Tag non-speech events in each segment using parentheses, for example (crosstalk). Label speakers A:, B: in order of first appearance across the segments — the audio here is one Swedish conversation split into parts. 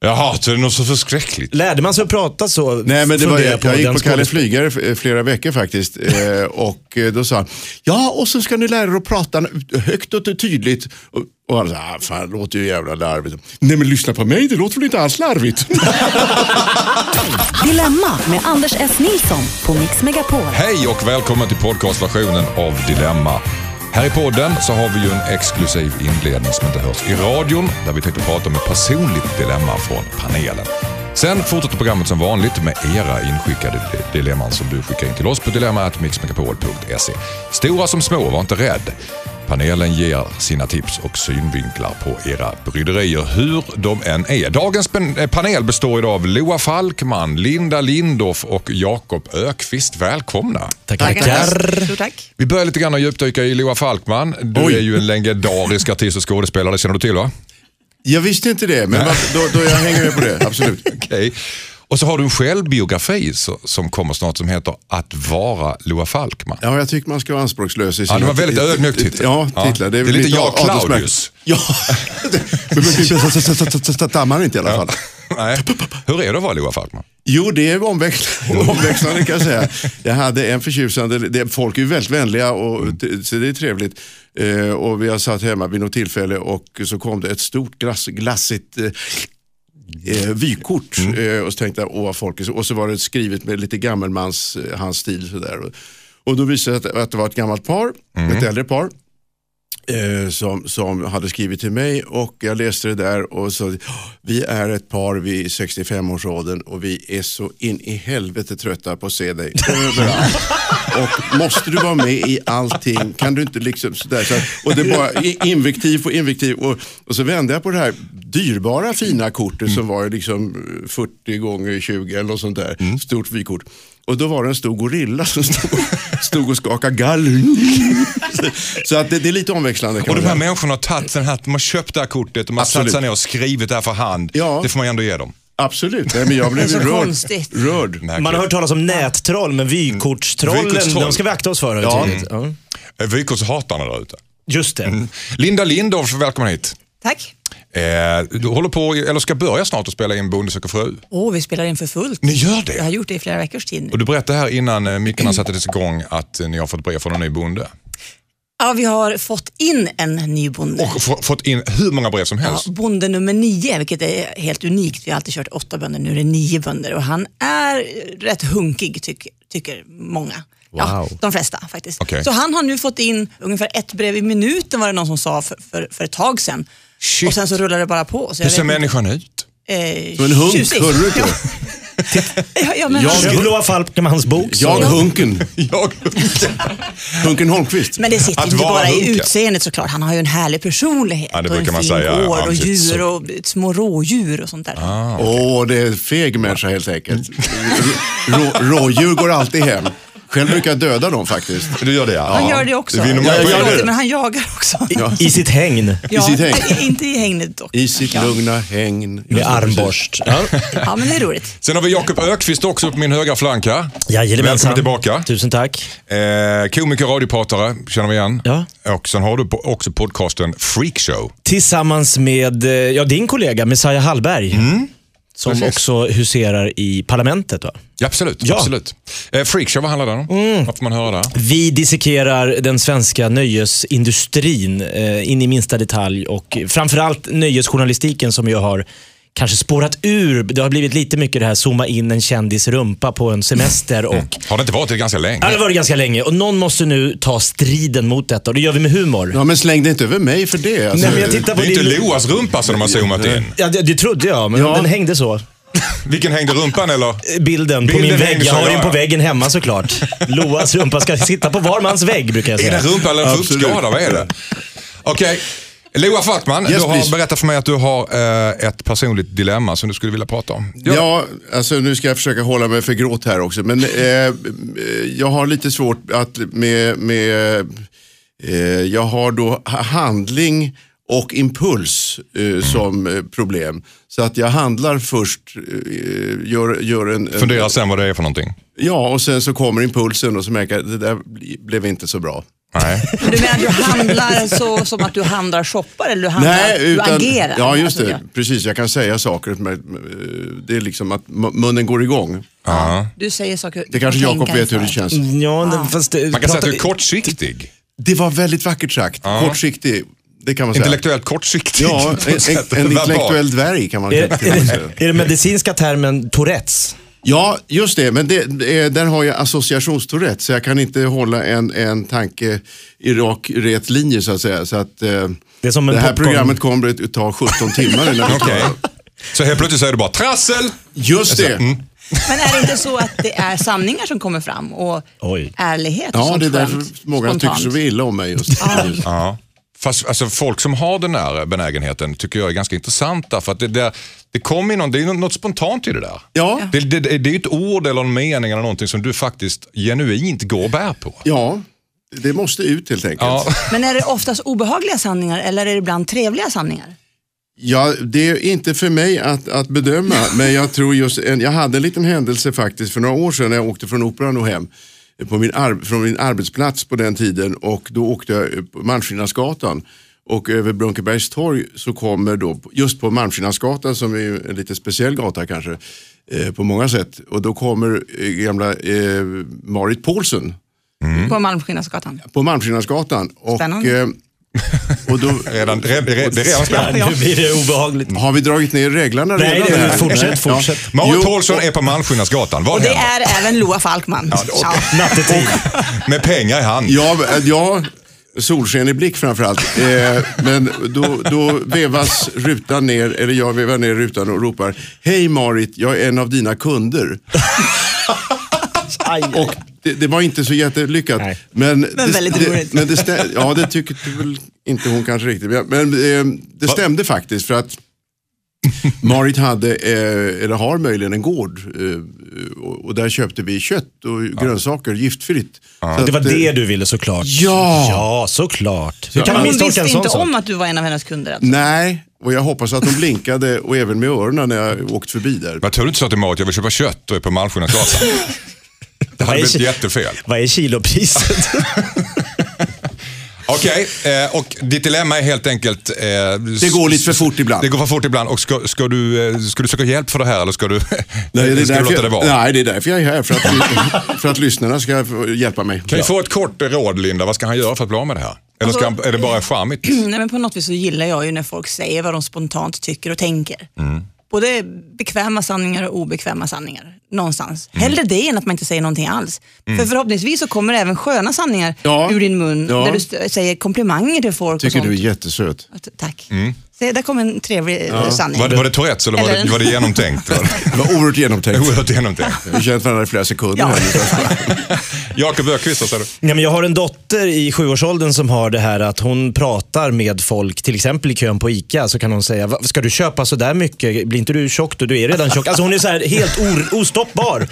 A: Jaha, så är det något så förskräckligt.
B: Lärde man sig att prata så?
C: Nej, men det var,
B: Funderar
C: jag, jag gick
B: den
C: på Kalle
B: skådespel-
C: Flygare f- flera veckor faktiskt. Eh, och eh, då sa han, ja och så ska ni lära er att prata högt och tydligt. Och, och han sa, ah, fan det låter ju jävla larvigt. Nej men lyssna på mig, det låter väl inte alls larvigt.
D: Dilemma med Anders S. Nilsson på Mix Megapol.
A: Hej och välkommen till podcastversionen av Dilemma. Här i podden så har vi ju en exklusiv inledning som inte hörs i radion där vi tänkte prata om ett personligt dilemma från panelen. Sen fortsätter programmet som vanligt med era inskickade di- dilemman som du skickar in till oss på dilemma.mixmegapol.se. Stora som små, var inte rädd. Panelen ger sina tips och synvinklar på era bryderier, hur de än är. Dagens pen- eh, panel består idag av Loa Falkman, Linda Lindorff och Jakob Ökvist. Välkomna!
B: Tackar.
E: Jo, tack.
A: Vi börjar lite grann att djupdyka i Loa Falkman. Du
C: Oj.
A: är ju en legendarisk artist och skådespelare, det känner du
C: (laughs)
A: till va?
C: jag visste inte det, men vad, då, då jag hänger med på det, absolut.
A: Okej. Och så har du en självbiografi så- som kommer snart som heter Att vara Loa Falkman.
C: Ja, jag tycker man ska vara anspråkslös i sina...
A: Ja, det var väldigt ödmjuk titel.
C: Ja, titlar. Det är,
A: lite
C: mitt
A: jag
C: adelsmärke.
A: Claudius.
C: Ja, men man stammar inte i alla fall.
A: (laughs) Nej. Hur är det att vara Loa Falkman?
C: Jo, det är omväxlande, omväxlande kan jag säga. Jag hade en förtjusande, det, folk är ju väldigt vänliga och, t- så det är trevligt. Eh, och vi har satt hemma vid något tillfälle och så kom det ett stort glass, glassigt eh, eh, vykort. Eh, och så tänkte jag, åh vad folk är så. Och så var det skrivet med lite gammelmans eh, handstil. Sådär. Och, och då visade det sig att, att det var ett gammalt par, ett äldre par. Eh, som, som hade skrivit till mig och jag läste det där och så, vi är ett par vid 65-årsåldern och vi är så in i helvete trötta på att se dig överallt. Och måste du vara med i allting? Kan du inte liksom sådär? Så, och det är bara i- invektiv på invektiv. Och, och så vände jag på det här dyrbara fina kortet som var ju liksom 40 gånger 20 eller något sånt där. Stort vykort. Och då var det en stor gorilla som stod, stod och skakade galler. Så att det, det är lite omväxlande. Kan
A: Och de
C: man
A: här
C: säga.
A: människorna har tagit den här, de har köpt det här kortet och man har satt
C: Absolut.
A: sig ner och skrivit det här för hand.
C: Ja.
A: Det får man ju ändå ge dem.
C: Absolut, Nej, men jag blev
E: Så
C: rörd.
E: konstigt.
C: rörd.
B: Man har hört talas om nättroll, men vykortstrollen,
A: Vykortstroll.
B: de ska vi akta oss för. Ja. Ja.
A: Vykortshatarna Eh, där ute. Mm.
B: Just det.
C: Mm.
A: Linda Lindorff, välkommen hit.
E: Tack.
A: Eh, du håller på, eller ska börja snart att spela in Bonde söker fru.
E: Åh, vi spelar in för fullt.
A: Ni gör
E: Jag har
A: det?
E: gjort det i flera veckors tid
A: Och
E: nu.
A: du berättade här innan eh, mickarna sattes igång att eh, ni har fått brev från en ny bonde.
E: Ja, vi har fått in en ny bonde.
A: Och få- fått in hur många brev som
E: Ja,
A: helst.
E: bonde nummer nio, vilket är helt unikt. Vi har alltid kört åtta bönder, nu är det nio bönder och han är rätt hunkig tyck, tycker många. Ja, de flesta faktiskt.
A: Okej.
E: Så han har nu fått in ungefär ett brev i minuten var det någon som sa för, för, för ett tag sedan.
A: Shit.
E: Och sen så rullar det bara på. Så
A: Hur
E: jag
A: ser
E: vet inte.
A: människan ut?
E: Eh,
C: Som en hunk,
E: tjusig.
C: hörde du inte?
E: Ja, ja, men
C: Jag-
E: han-
B: Köp Loa Falkmans bok. så-
C: Jag Hunken,
A: Jag
C: Hunken Holmqvist.
E: Men det sitter
A: Att
E: ju inte
A: vara
E: bara i
A: hunka.
E: utseendet såklart. Han har ju en härlig personlighet
A: Ja, det
E: och en
A: brukar
E: fin
A: man säga.
E: gård
A: Ja,
E: och
A: precis.
E: djur och små rådjur och sånt där.
C: Åh, det är en feg människa helt enkelt. Rå, rådjur går alltid hem. Själv brukar jag döda dem faktiskt.
A: Du gör det ja.
E: Han gör det också.
A: vinner man
C: Ja, jag
A: poäng.
C: gör
E: Förlåt,
C: det.
E: Men han jagar också.
B: I sitt hägn.
E: Ja,
C: sitt hägn.
E: nej, (laughs) Inte i hägnet dock.
C: I sitt lugna hägn. Just
B: Med
C: det, precis.
B: armborst. Ja.
E: Ja, men det är roligt.
A: Sen har vi Jakob Ökvist också på min högra flank här.
B: Jajamensan.
A: Välkommen tillbaka.
B: Tusen tack.
A: Eh, komiker och radiopratare känner vi igen.
B: Ja.
A: Och sen har du po- också podcasten Freakshow.
B: Tillsammans med eh, ja, din kollega Messiah Hallberg.
C: Mm.
B: Som också huserar i parlamentet. Va?
A: Ja, absolut.
B: Ja.
A: absolut. Eh, Freakshow, vad handlar den om?
C: Mm.
A: Vad får man höra där?
B: Vi dissekerar den svenska nöjesindustrin eh, in i minsta detalj och framförallt nöjesjournalistiken som ju har kanske spårat ur. Det har blivit lite mycket det här zooma in en kändis rumpa på en semester och
A: Har det inte varit det ganska länge?
B: Ja,
C: Alltså,
B: det var det ganska länge och någon måste nu ta striden mot detta och det gör vi med humor.
C: Ja, men släng det inte över mig för det. Alltså,
B: Nej, men jag tittar på
A: Det är inte
B: din...
A: Loas rumpa som de har zoomat in.
B: Ja, det, det trodde jag, men
C: Ja.
B: den hängde så.
A: Vilken hängde rumpan eller?
B: Bilden på
A: Bilden
B: min vägg.
A: hängde
B: Jag
A: så,
B: har
A: ja,
B: den på
A: ja.
B: väggen
A: (laughs)
B: hemma såklart. Loas rumpa ska sitta på var mans vägg brukar jag
A: Är
B: säga.
A: det rumpa eller en
C: Absolut.
A: fuktskada? Vad är det? Okej. Loa Falkman,
C: Yes,
A: du har
C: please.
A: berättat för mig att du har eh, ett personligt dilemma som du skulle vilja prata om.
C: Ja. alltså nu ska jag försöka hålla mig för gråt här också. Men eh, eh, jag har lite svårt att med, med eh, jag har då ha- handling och impuls eh, som eh, problem. Så att jag handlar först, eh, gör, gör en... en
A: Fundera sen vad det är för någonting.
C: Ja, och sen så kommer impulsen och så märker jag att det där bli- blev inte så bra.
A: Nej.
E: Men Du menar att du handlar så som att du handlar shoppar eller du, handlar, du agerar?
C: Ja, just
E: Alltså,
C: det. Precis, jag kan säga saker. Men eh, det är liksom att mu- munnen går igång.
A: Ja.
E: Du säger saker Mm.
C: Det kanske
E: du
C: Jakob
E: tänker
C: vet hur det
E: inför.
C: känns.
B: Ja, men fast det,
A: Ah. Man kan säga att du är
B: prata-
A: kortsiktig.
C: Det var väldigt vackert sagt. Kortsiktig, det kan man säga.
A: Intellektuellt kortsiktig. på
C: Ja,
A: något
C: en,
A: sätt.
C: en, en
A: Verbalt.
C: intellektuell dvärg kan man
B: är, det-
C: till och
B: är,
C: med säga.
B: det- är den medicinska termen Tourettes?
C: Ja, just det. Men det, eh, där har jag associationstourette så jag kan inte hålla en, en tanke i rak rätt linje så att säga. Så att, eh,
B: är som en
C: det här
B: popcorn.
C: programmet kommer att ta 17 timmar innan vi
A: (laughs) Okej.
C: klarar.
A: Så helt plötsligt säger du bara trassel.
C: Just
A: Alltså,
C: det.
A: mm.
E: Men är det inte så att det är sanningar som kommer fram och
B: Oj.
E: ärlighet? och
C: Ja,
E: sånt
C: det är därför
E: skönt,
C: många
E: spontant.
C: tycker så illa om mig just nu.
A: Ja. Fast alltså, folk som har den här benägenheten tycker jag är ganska intressanta. För att det, det, det, kom i någon, det är något spontant i det där.
C: Ja.
A: Det, det, det är ju ett ord eller en mening eller någonting som du faktiskt genuint går och bär på.
C: Ja, det måste ut helt enkelt.
A: Ja.
C: Ja.
E: Men är det oftast obehagliga sanningar eller är det ibland trevliga sanningar?
C: det är inte för mig att, att bedöma,
A: (laughs)
C: men jag tror just en, jag hade en liten händelse faktiskt för några år sedan när jag åkte från Operan och hem eh, på min ar- från min arbetsplats på den tiden och då åkte jag eh, på Malmskillnadsgatan och över Brunkebergs torg så kommer då, just på Malmskillnadsgatan som är ju en lite speciell gata kanske eh, på många sätt och då kommer eh, gamla eh, Marit Paulsen
E: På Malmskillnadsgatan?
C: på Malmskillnadsgatan. Och,
E: Spännande.
C: eh, och då
A: (laughs) Redan, re, re, det är redan
B: Ja,
A: spännande.
B: nu blir det obehagligt.
C: har vi dragit ner reglarna
B: Nej,
C: redan.
B: det-
C: här?
B: fortsätt,
C: Nej.
B: fortsätt.
A: Marit
C: Jo,
A: Paulsson är på Malmskillnadsgatan. Vad
E: Och det
A: händer?
E: är även Loa Falkman. Ja.
B: Nattetid.
A: Med pengar i hand.
C: Ja, men- ja, solsken i blick framförallt. Eh, men då, då vevas rutan ner, eller jag vevar ner rutan och ropar Hej Marit, jag är en av dina kunder.
B: Aj.
C: Och det, det var inte så jättelyckat.
B: Nej.
C: Men,
E: Men
C: det,
E: väldigt
C: det,
E: roligt.
C: men det stä- Ja, det tycker väl inte hon kanske riktigt. Men, men eh, det stämde faktiskt för att Marit hade, eh, eller har möjligen en gård eh, och, och där köpte vi kött och grönsaker giftfritt. Så
B: Det var
C: att, eh,
B: det du ville såklart.
C: Ja.
B: Ja, såklart. Hur kan man
E: Hon visste
B: misstolka en sån
E: inte
B: sak?
E: om att du var en av hennes kunder. Alltså.
C: Nej, och jag hoppas att de blinkade och även med öronen när jag åkt förbi där.
A: Vad tur du inte sa till Marit, jag vill köpa kött och är på Malmskillnadsgatan. Det hade
B: Nej,
A: blivit
B: shit.
A: jättefel.
B: Vad är kilopriset?
A: Okej, eh, och ditt dilemma är helt enkelt... eh,
C: Det går lite för fort ibland.
A: Det går för fort ibland. Och ska, ska, du, eh, ska du söka hjälp för det här eller ska
C: (laughs)
A: du, (laughs) ska du
C: därför
A: låta det
C: jag,
A: vara?
C: nej, det är därför jag är här. För att, (laughs) för att lyssnarna ska få hjälpa mig.
A: Kan vi få ett kort råd Linda? Vad ska han göra för att bli av med det här? Eller ska han, är det bara charmigt?
E: Nej, men på något vis så gillar jag ju när folk säger vad de spontant tycker och tänker. Både bekväma sanningar och obekväma sanningar. Någonstans. Hellre det än att man inte säger någonting alls. För förhoppningsvis så kommer även sköna sanningar
C: Ja.
E: ur din mun.
C: Ja.
E: Där du st- säger komplimanger till folk
C: Tycker
E: och
C: du är
E: sånt.
C: jättesöt.
E: Att- Tack. Så där kom en trevlig eh, sanning.
A: Var, det- var det Tourettes eller var
E: Eller
A: det,
E: en-
A: var det genomtänkt? Var det-
C: Det var oerhört genomtänkt.
A: Oerhört genomtänkt.
C: Vi har känt varandra i flera sekunder. (laughs)
E: Ja.
C: här nu.
A: Jakob Öqvist, vad säger du?
B: Ja, men jag har en dotter i sjuårsåldern som har det här att hon pratar med folk, till exempel i kön på ICA, så kan hon säga, "Va, ska du köpa så där mycket? Blir inte du tjock då? Du är redan tjock. Alltså hon är så här helt or-
C: (laughs)
B: ostoppbar.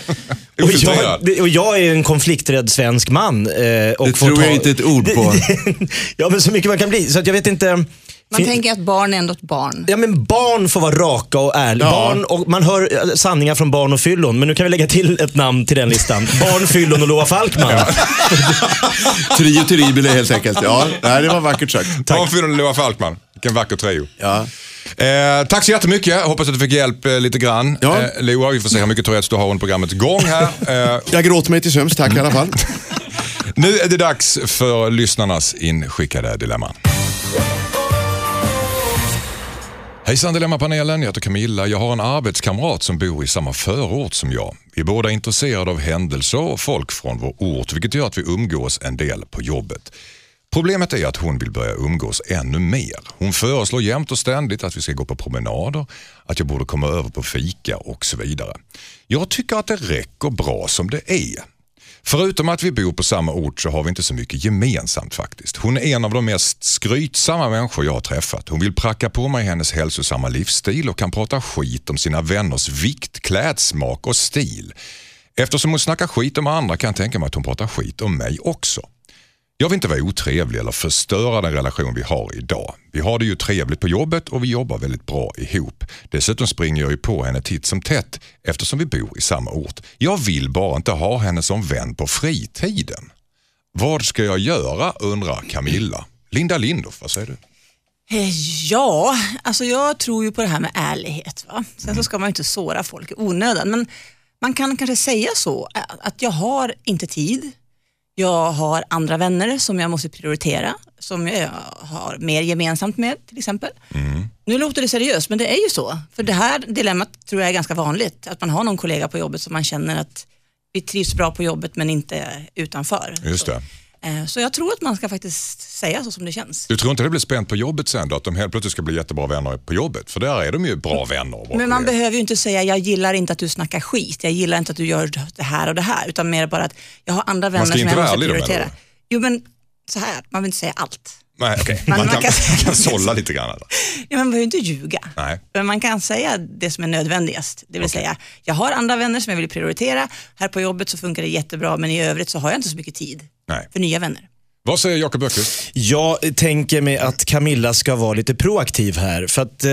B: Och
A: Ofiltrerad.
B: jag, och jag är en konflikträdd svensk man. eh, Och
C: Det tror jag inte ett ord på.
B: (laughs) ja, men så mycket man kan bli. Så att jag vet inte.
E: Man tänker att barn är ändå ett barn.
B: Ja, men barn får vara raka och ärliga.
C: Ja.
B: Barn och, man hör eh, sanningar från barn och fyllon, men nu kan vi lägga till ett namn till den listan. Barn, fyllon och Loa Falkman. (laughs)
C: Trio terrible helt enkelt. Ja, nej, det var vackert sagt.
A: Tom Fyren och Loa Falkman. Vilken vacker trio.
C: Ja.
A: Eh, tack så jättemycket. Hoppas att du fick hjälp eh, lite grann.
C: Ja.
A: Eh, Loa, vi får se hur mycket Tourettes du har under programmets gång här.
C: (laughs)
A: Eh,
C: Jag gråter mig till sömns, tack i alla fall.
A: nu är det dags för lyssnarnas inskickade dilemman. Hejsan Dilemmapanelen, jag heter Camilla. Jag har en arbetskamrat som bor i samma förort som jag. Vi är båda intresserade av händelser och folk från vår ort, vilket gör att vi umgås en del på jobbet. Problemet är att hon vill börja umgås ännu mer. Hon föreslår jämt och ständigt att vi ska gå på promenader, att jag borde komma över på fika och så vidare. Jag tycker att det räcker bra som det är. Förutom att vi bor på samma ort så har vi inte så mycket gemensamt faktiskt. Hon är en av de mest skrytsamma människor jag har träffat. Hon vill pracka på mig hennes hälsosamma livsstil och kan prata skit om sina vänners vikt, klädsmak och stil. Eftersom hon snackar skit om andra kan jag tänka mig att hon pratar skit om mig också. Jag vill inte vara otrevlig eller förstöra den relation vi har idag. Vi har det ju trevligt på jobbet och vi jobbar väldigt bra ihop. Dessutom springer jag ju på henne titt som tätt eftersom vi bor i samma ort. Jag vill bara inte ha henne som vän på fritiden. Vad ska jag göra undrar Camilla. Linda Lindorff, vad säger du?
E: Eh, Ja, alltså jag tror ju på det här med ärlighet. Va? Sen så ska man ju inte såra folk i onödan, men man kan kanske säga så eh, att jag har inte tid, jag har andra vänner som jag måste prioritera, som jag har mer gemensamt med till exempel. Nu låter det seriöst, men det är ju så. För det här dilemmat tror jag är ganska vanligt, att man har någon kollega på jobbet som man känner att vi trivs bra på jobbet men inte utanför.
A: Just
E: så.
A: det.
E: Eh, Så jag tror att man ska faktiskt säga så som det känns.
A: Du tror inte det blir spänt på jobbet sen då? Att de helt plötsligt ska bli jättebra vänner på jobbet? För där är de ju bra vänner. och bra
E: Men man
A: kollegor.
E: behöver ju inte säga jag gillar inte att du snackar skit, jag gillar inte att du gör det här och det här, utan mer bara att jag har andra vänner
A: ska
E: som
A: inte
E: jag
A: vara
E: måste
A: ärlig då, menar
E: prioritera.
A: du?
E: Jo men så här, man vill inte säga allt.
A: Nej, okej.
E: Man-
A: Man,
E: man
A: kan,
E: kan-
A: kan sålla lite grann. Eller?
E: Ja, man behöver ju inte ljuga.
A: Nej.
E: Men man kan säga det som är nödvändigast. Det vill säga, jag har andra vänner som jag vill prioritera, här på jobbet så funkar det jättebra, men i övrigt så har jag inte så mycket tid
A: Nej.
E: för nya vänner.
A: Vad säger Jakob Öqvist?
B: Jag tänker mig att Camilla ska vara lite proaktiv här. För att eh,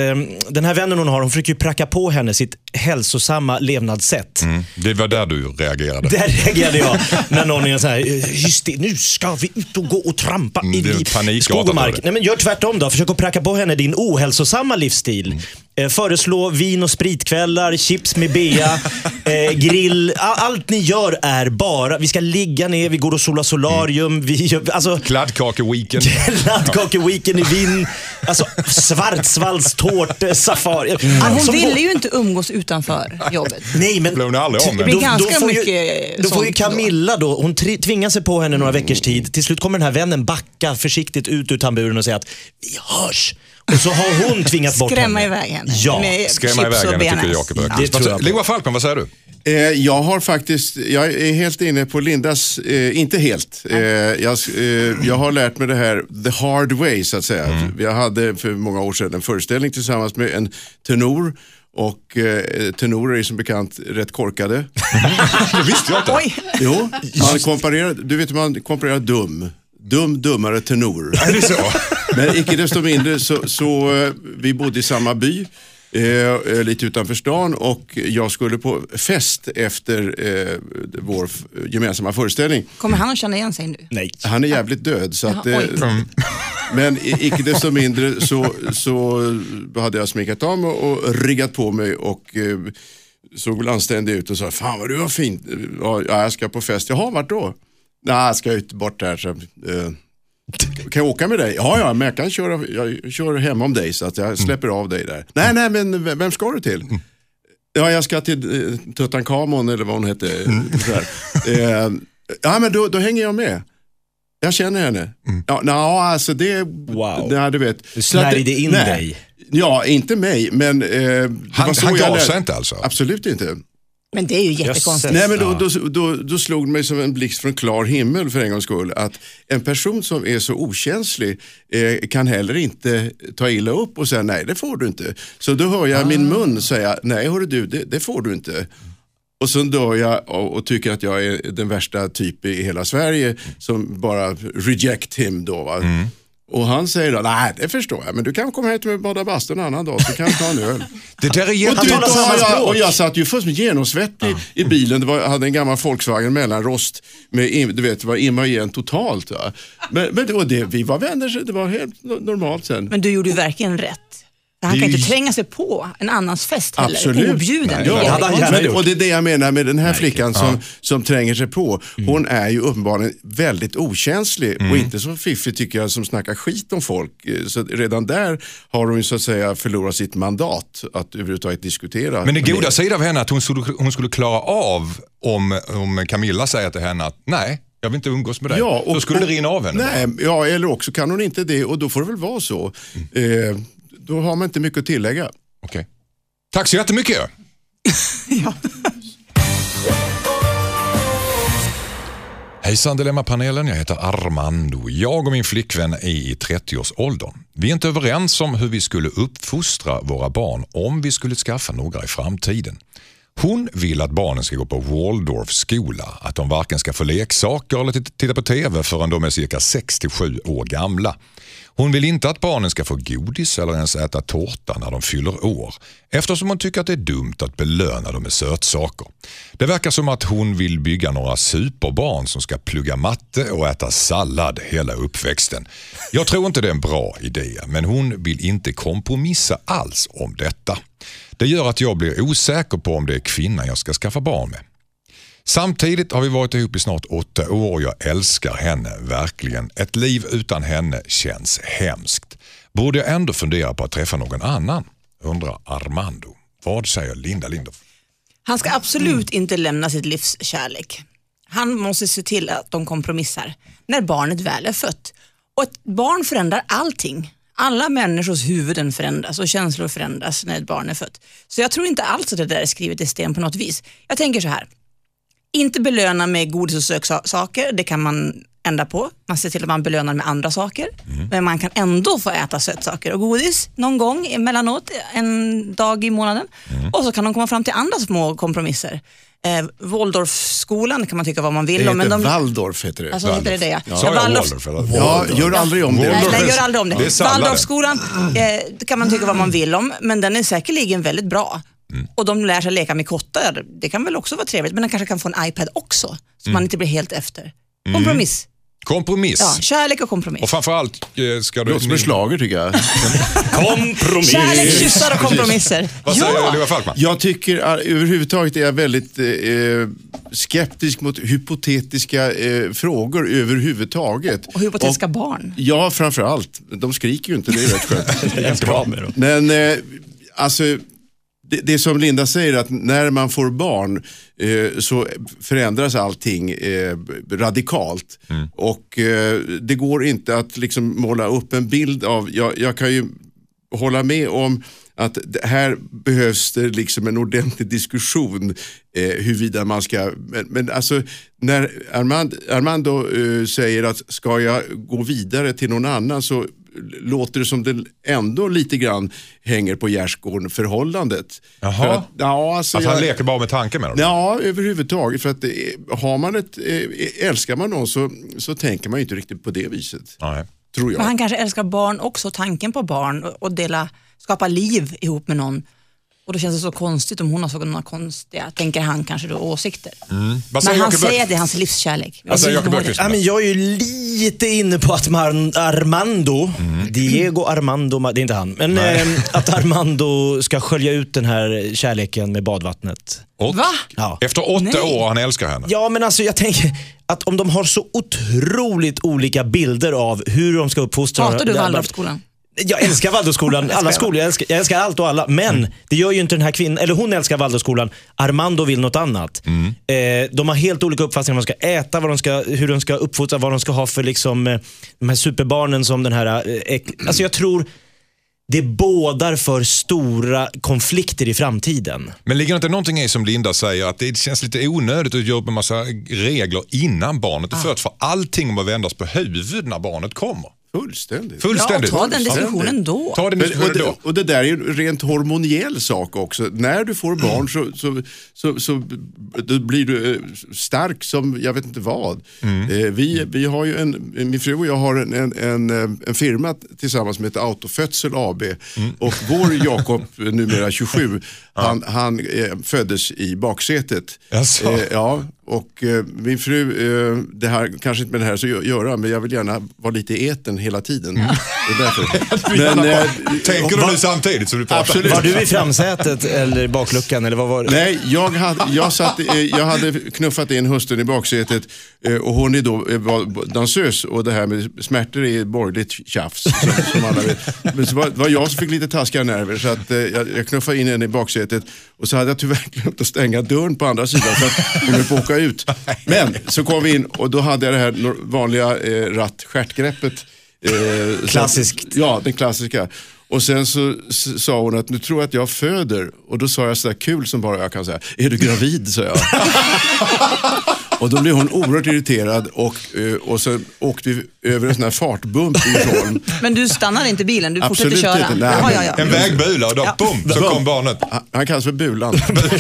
B: den här vännen hon har, hon försöker ju pracka på henne sitt hälsosamma levnadssätt.
A: Det var där du reagerade.
B: (laughs) Där reagerade jag när någon är så här, "Eh, just det, nu ska vi ut och gå och trampa
A: Mm,
B: i
A: det är
B: liv-
A: panik,
B: skog
A: hatar
B: och
A: det.
B: mark. Nej, men gör tvärtom då, försök att pracka på henne din ohälsosamma livsstil.
A: Mm.
B: Eh, föreslå vin och spritkvällar, chips med
A: (laughs)
B: bea, eh, grill. A- allt ni gör är bara, vi ska ligga ner, vi går och solar solarium, vi gör, alltså
A: Kladdkake-weekend.
B: Laddkakeweekend i Wien, alltså Svartsvallstårta, safari.
E: Ah,
B: Allt
E: hon
B: som går-
E: ville ju inte
A: (laughs)
E: umgås utanför jobbet.
B: Nej, men
A: Blev hon aldrig av med
E: Det
A: det?
E: blir ganska
B: får ju-
E: mycket, eh,
B: Då får ju
E: sånt då.
B: Camilla då, hon tri- tvingar sig på henne några veckors tid. Till slut kommer den här vännen backa försiktigt ut ur tamburen och säga att vi hörs. Och så har hon tvingat bort
E: Skrämma
B: henne.
E: iväg henne
B: Ja.
E: med
A: Skrämma
E: chips
A: iväg
E: och
A: henne tycker
E: bearnaise.
A: Jakob
B: Det
A: Öqvist.
B: tror jag
A: Vad
B: på.
A: säger- Loa Falkman, vad säger du?
C: Eh, jag har faktiskt, jag är helt inne på Lindas, eh, inte helt. Eh, jag, eh, jag har lärt mig det här the hard way så att säga. Jag hade för många år sedan en föreställning tillsammans med en tenor och eh, tenorer är som bekant rätt korkade.
A: Det visste jag inte.
E: Oj,
C: (laughs) Jo, man komparerar, du vet hur man komparerar dum. Dum, dummare tenor.
A: Är det så?
C: Men icke desto mindre så, så eh, vi bodde i samma by, eh, eh, lite utanför stan och jag skulle på fest efter eh, vår f- gemensamma föreställning.
E: kommer han att känna igen sig nu?
B: Nej.
C: Han är jävligt död så att,
E: Jaha,
C: eh,
E: oj.
C: men i- icke desto mindre så, så hade jag sminkat av mig och riggat på mig och eh, såg väl anständig ut och sa, fan vad du var fin. Ja, jag ska på fest. Jaha, vart då? Nej, jag ska ut bort där. Så, eh, kan jag åka med dig? Ja, ja, men jag kan köra, jag kör hem om dig så att
B: Mm.
C: jag släpper av dig där. Nej, nej, men vem- vem ska du till? Ja, jag ska till eh, Tutankhamon eller vad hon hette.
B: Mm.
C: sådär. Eh, ja, men då, då hänger jag med. Jag känner henne. Ja, na, alltså det...
B: Mm. Wow.
C: Nej, du vet.
B: Du
C: Så att det-
B: snärjde in
C: nej.
B: dig.
C: Ja, inte mig, men... Eh, det var
A: Han,
C: så
A: han
C: jag
A: gav
C: lär-
A: sig inte alltså?
C: Absolut inte.
E: Men det är ju jättekonstigt.
C: Nej, men då, då, då, då slog det mig som en blixt från klar himmel för en gångs skull att en person som är så okänslig eh, kan heller inte ta illa upp och säga nej, det får du inte. Så då hör jag min mun säga nej, hörru du, det, det får du inte. Och sen dör jag och, och tycker att jag är den värsta typ i hela Sverige som bara reject him då. Va? Och han säger då, nej det förstår jag, men du kan komma hit och bada bastu en annan dag så kan jag ta en öl.
A: Det där är
C: Och, du,
A: jätte...
B: talar
C: då
B: samma
C: har jag,
B: språk.
C: och jag satt ju fullständigt genomsvettig i bilen. Det var, jag hade en gammal Volkswagen mellanrost. Med, im- du vet, det var imma igen totalt. Va? Men, men det, och det, vi var vänner, så det var helt no- normalt sen.
E: Men du gjorde ju verkligen rätt. För Han
A: Det är
E: kan
A: ju-
E: inte tränga sig på en annans fest heller.
C: Absolut.
E: Objuden.
A: Ja,
E: Det är
B: hade han
E: jättekonstigt.
B: gärna
C: men,
B: gjort.
C: och det är det jag menar med den här flickan som, som tränger sig på. Hon är ju uppenbarligen väldigt okänslig och inte så fiffig tycker jag som snackar skit om folk. Eh, Så att redan där har hon ju så att säga förlorat sitt mandat att överhuvudtaget diskutera.
A: Men den
C: med.
A: goda sidan av henne är att hon skulle, hon skulle klara av om, om Camilla säger till henne att nej, jag vill inte umgås med dig.
C: Ja, och-
A: Då skulle det
C: och-
A: rinna av henne.
C: Nej, ja, eller också kan hon inte det och då får det väl vara så. Eh, då har man inte mycket att tillägga.
A: Okej. Tack så jättemycket. Hejsan Dilemmapanelen, jag heter Armando. Jag och min flickvän är i 30-årsåldern. Vi är inte överens om hur vi skulle uppfostra våra barn om vi skulle skaffa några i framtiden. Hon vill att barnen ska gå på Waldorfskola, att de varken ska få leksaker eller t- titta på TV förrän de är cirka 6-7 år gamla. Hon vill inte att barnen ska få godis eller ens äta tårta när de fyller år eftersom hon tycker att det är dumt att belöna dem med sötsaker. Det verkar som att hon vill bygga några superbarn som ska plugga matte och äta sallad hela uppväxten. Jag tror inte det är en bra idé men hon vill inte kompromissa alls om detta. Det gör att jag blir osäker på om det är kvinnan jag ska skaffa barn med. Samtidigt har vi varit ihop i snart åtta år och jag älskar henne, verkligen. Ett liv utan henne känns hemskt. Borde jag ändå fundera på att träffa någon annan? Undrar Armando. Vad säger Linda Lindorff?
E: Han ska absolut inte lämna sitt livs kärlek. Han måste se till att de kompromissar när barnet väl är fött. Och ett barn förändrar allting. Alla människors huvuden förändras och känslor förändras när ett barn är fött. Så jag tror inte alls att det där är skrivet i sten på något vis. Jag tänker så här, inte belöna med godis och söksaker, det kan man ändra på. Man ser till att man belönar med andra saker. Men man kan ändå få äta sötsaker och godis någon gång emellanåt, en dag i månaden. Och så kan de komma fram till andra små kompromisser. Eh, Waldorfskolan kan man tycka vad man vill
C: Det
E: om. Men
C: heter
E: de,
C: Waldorf. Heter det.
E: alltså, heter det det? Ja.
A: Sa jag
E: Waldorf-
A: Waldorf? eller?
C: Ja, gör aldrig om det.
E: Nej,
A: Waldorf
E: nej,
A: är-
E: gör aldrig om det.
A: det är sallad.
E: Waldorfskolan eh, det kan man tycka vad man vill om, men den är säkerligen väldigt bra.
A: Mm.
E: Och de lär sig leka med kottar, det kan väl också vara trevligt, men de kanske kan få en iPad också, så
A: Mm.
E: man inte blir helt efter. Kompromiss.
A: Kompromiss.
E: Ja, kärlek och kompromiss.
A: Mm. Och framförallt eh, ska
C: Det
A: du...
C: låter som en schlager tycker jag.
B: Kompromiss!
E: Kärlek, kyssar och kompromisser.
A: (laughs) Vad säger Loa Falkman?
C: Jag tycker eh, överhuvudtaget är jag väldigt eh, eh, skeptisk mot hypotetiska eh, frågor överhuvudtaget.
E: Och hypotetiska barn.
C: Ja, framför allt. De skriker ju inte, det är rätt
E: (laughs)
C: skönt.
B: Jag är inte bra med dem.
C: Men eh, alltså, det, det som Linda säger att när man får barn eh, så förändras allting eh, radikalt. Och eh, det går inte att liksom måla upp en bild av, jag, jag kan ju hålla med om att det här behövs det liksom en ordentlig diskussion eh, huruvida man ska, men, men alltså när Armand, Armando eh, säger att ska jag gå vidare till någon annan så låter det som det ändå lite grann hänger på gärdsgården förhållandet.
A: Jaha.
C: För att, ja, alltså
A: Att han
C: jag-
A: leker bara med tanken med dem?
C: Ja, överhuvudtaget. För att det, är- har man ett, eh, älskar man någon så, så tänker man ju inte riktigt på det viset.
A: Nej.
C: Tror jag.
E: Men han kanske älskar barn också, tanken på barn och- och dela, skapa liv ihop med någon. Och då känns det så konstigt om hon har sådana konstiga, tänker han kanske då, åsikter.
A: Vad
E: Men
A: säger
E: han
A: Jakob Öqvist?
E: säger att det är hans livskärlek.
A: Vad säger Jakob Öqvist?
B: Ja, men jag är ju lite inne på att man, Armando, Diego Armando, Ma- det är inte han, men eh, att Armando ska skölja ut den här kärleken med badvattnet.
A: Och
E: Va?
B: Ja.
A: Efter åtta
E: Nej.
A: år han älskar henne.
B: Ja, men alltså jag tänker att om de har så otroligt olika bilder av hur de ska uppfostra...
E: Hatar du
B: där-
E: Waldorfskolan?
B: Jag älskar Waldorfskolan, alla skolor. Jag älskar, jag älskar allt och alla. Men det gör ju inte den här kvinnan, eller hon älskar Waldorfskolan. Armando vill något annat. Eh, de har helt olika uppfattningar om vad de ska äta, vad de ska, hur de ska uppfostra, vad de ska ha för liksom, eh, de här superbarnen som den här... Eh, äck- alltså jag tror det bådar för stora konflikter i framtiden.
A: Men ligger det inte någonting i som Linda säger att det känns lite onödigt att jobba med massa regler innan barnet är
E: Ah.
A: fött för allting må vändas på huvud när barnet kommer.
C: Fullständigt.
E: Ja,
A: Fullständigt.
E: ta den diskussionen då.
A: Ta den
C: Men, och,
A: diskussionen
C: det,
A: då.
C: och det där är ju en rent hormoniell sak också. När du får barn så, så, så, så då blir du eh, stark som jag vet inte vad.
A: Mm.
C: Eh, Vi, vi har ju en, min fru och jag har en, en, en, eh, en firma tillsammans som heter Autofödsel AB.
A: Mm.
C: Och
A: (laughs)
C: vår Jakob, numera 27, han, han eh, föddes i baksätet.
A: Jaså?
C: Eh, Ja, och eh, min fru, eh, det här kanske inte med det här så gö- göra, men jag vill gärna vara lite i etern hela tiden.
A: Mm.
C: Det är
A: (laughs)
C: därför. men, eh,
A: Tänker du nu samtidigt som du pratar?
C: Absolut.
B: Var du i framsätet eller bakluckan? Eller vad var det?
C: Nej, jag hade, jag, satt, eh, jag hade knuffat in hustrun i baksätet eh, och hon är då eh, var dansös och det här med smärtor är borgerligt tjafs. Som, som alla vet. Men så var, det var jag som fick lite taskiga nerver så att, eh, jag, jag knuffade in henne i baksätet och så hade jag tyvärr (laughs) glömt att stänga dörren på andra sidan så att hon höll på att åka ut. Men så kom vi in och då hade jag det här nor- vanliga eh, ratt-stjärtgreppet. Eh,
B: Klassiskt.
C: Så, ja, den klassiska. Och sen så s- sa hon att nu tror jag att jag föder. Och då sa jag sådär kul som bara jag kan säga. Är du gravid? sa jag. (laughs) Och då blev hon oerhört irriterad och, eh, och så åkte vi över en sån här fartbump i Djursholm.
E: Men du stannar inte bilen, du fortsätter
C: Absolut
E: köra.
C: inte, nej.
E: ja, ja, ja.
A: En vägbula och då, boom, så kom barnet.
C: Han- Han kallas för Bulan.
B: (laughs)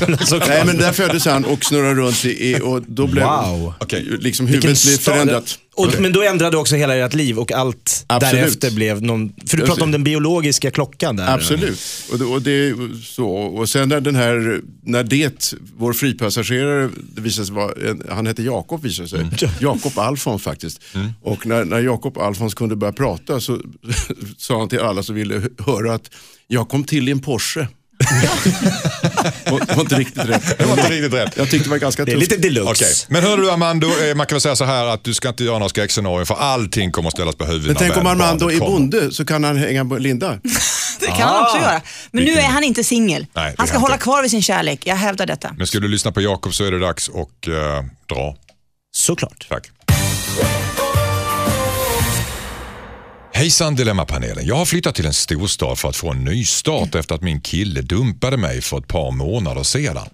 C: Nej, men där föddes han och snurrade runt i, i- och då blev
B: Wow.
A: Okej.
C: liksom huvudet blev
B: stad-
C: förändrat.
B: Och, men då ändrade också hela ert liv och allt
C: Absolut.
B: därefter blev någon... För du pratade om den biologiska klockan där.
C: Absolut. Och det, och det så. Och sen när den här, när det, vår fripassagerare, det visade sig vara, en, han hette Jakob visade sig.
B: Mm. (laughs)
C: Jakob Alfons faktiskt. Och när, när Jakob Alfons kunde börja prata så (laughs) sa han till alla som ville höra att jag kom till i en
B: (laughs)
C: Porsche. Det var- det var inte riktigt rätt.
A: Det var inte riktigt rätt.
C: Jag tyckte det var ganska
B: Det är
C: tufft.
B: lite deluxe.
A: Okej, men hör du Amando, eh, man kan väl säga så här att du ska inte göra några skräckscenarion för allting kommer att ställas på huvudet
C: Men
A: när
C: tänk om
A: väl
C: Armando
A: barnet
C: är
A: kommer.
C: bonde så kan han hänga på Linda.
E: Det kan han också göra. Men nu är han inte singel.
A: Ah. det är
E: Han ska
A: han
E: hålla
A: inte.
E: kvar vid sin kärlek, jag hävdar detta.
A: Men skulle du lyssna på Jakob så är det dags att eh, dra.
B: Såklart.
A: Tack. Hejsan Dilemmapanelen. Jag har flyttat till en storstad för att få en ny start efter att min kille dumpade mig för ett par månader sedan.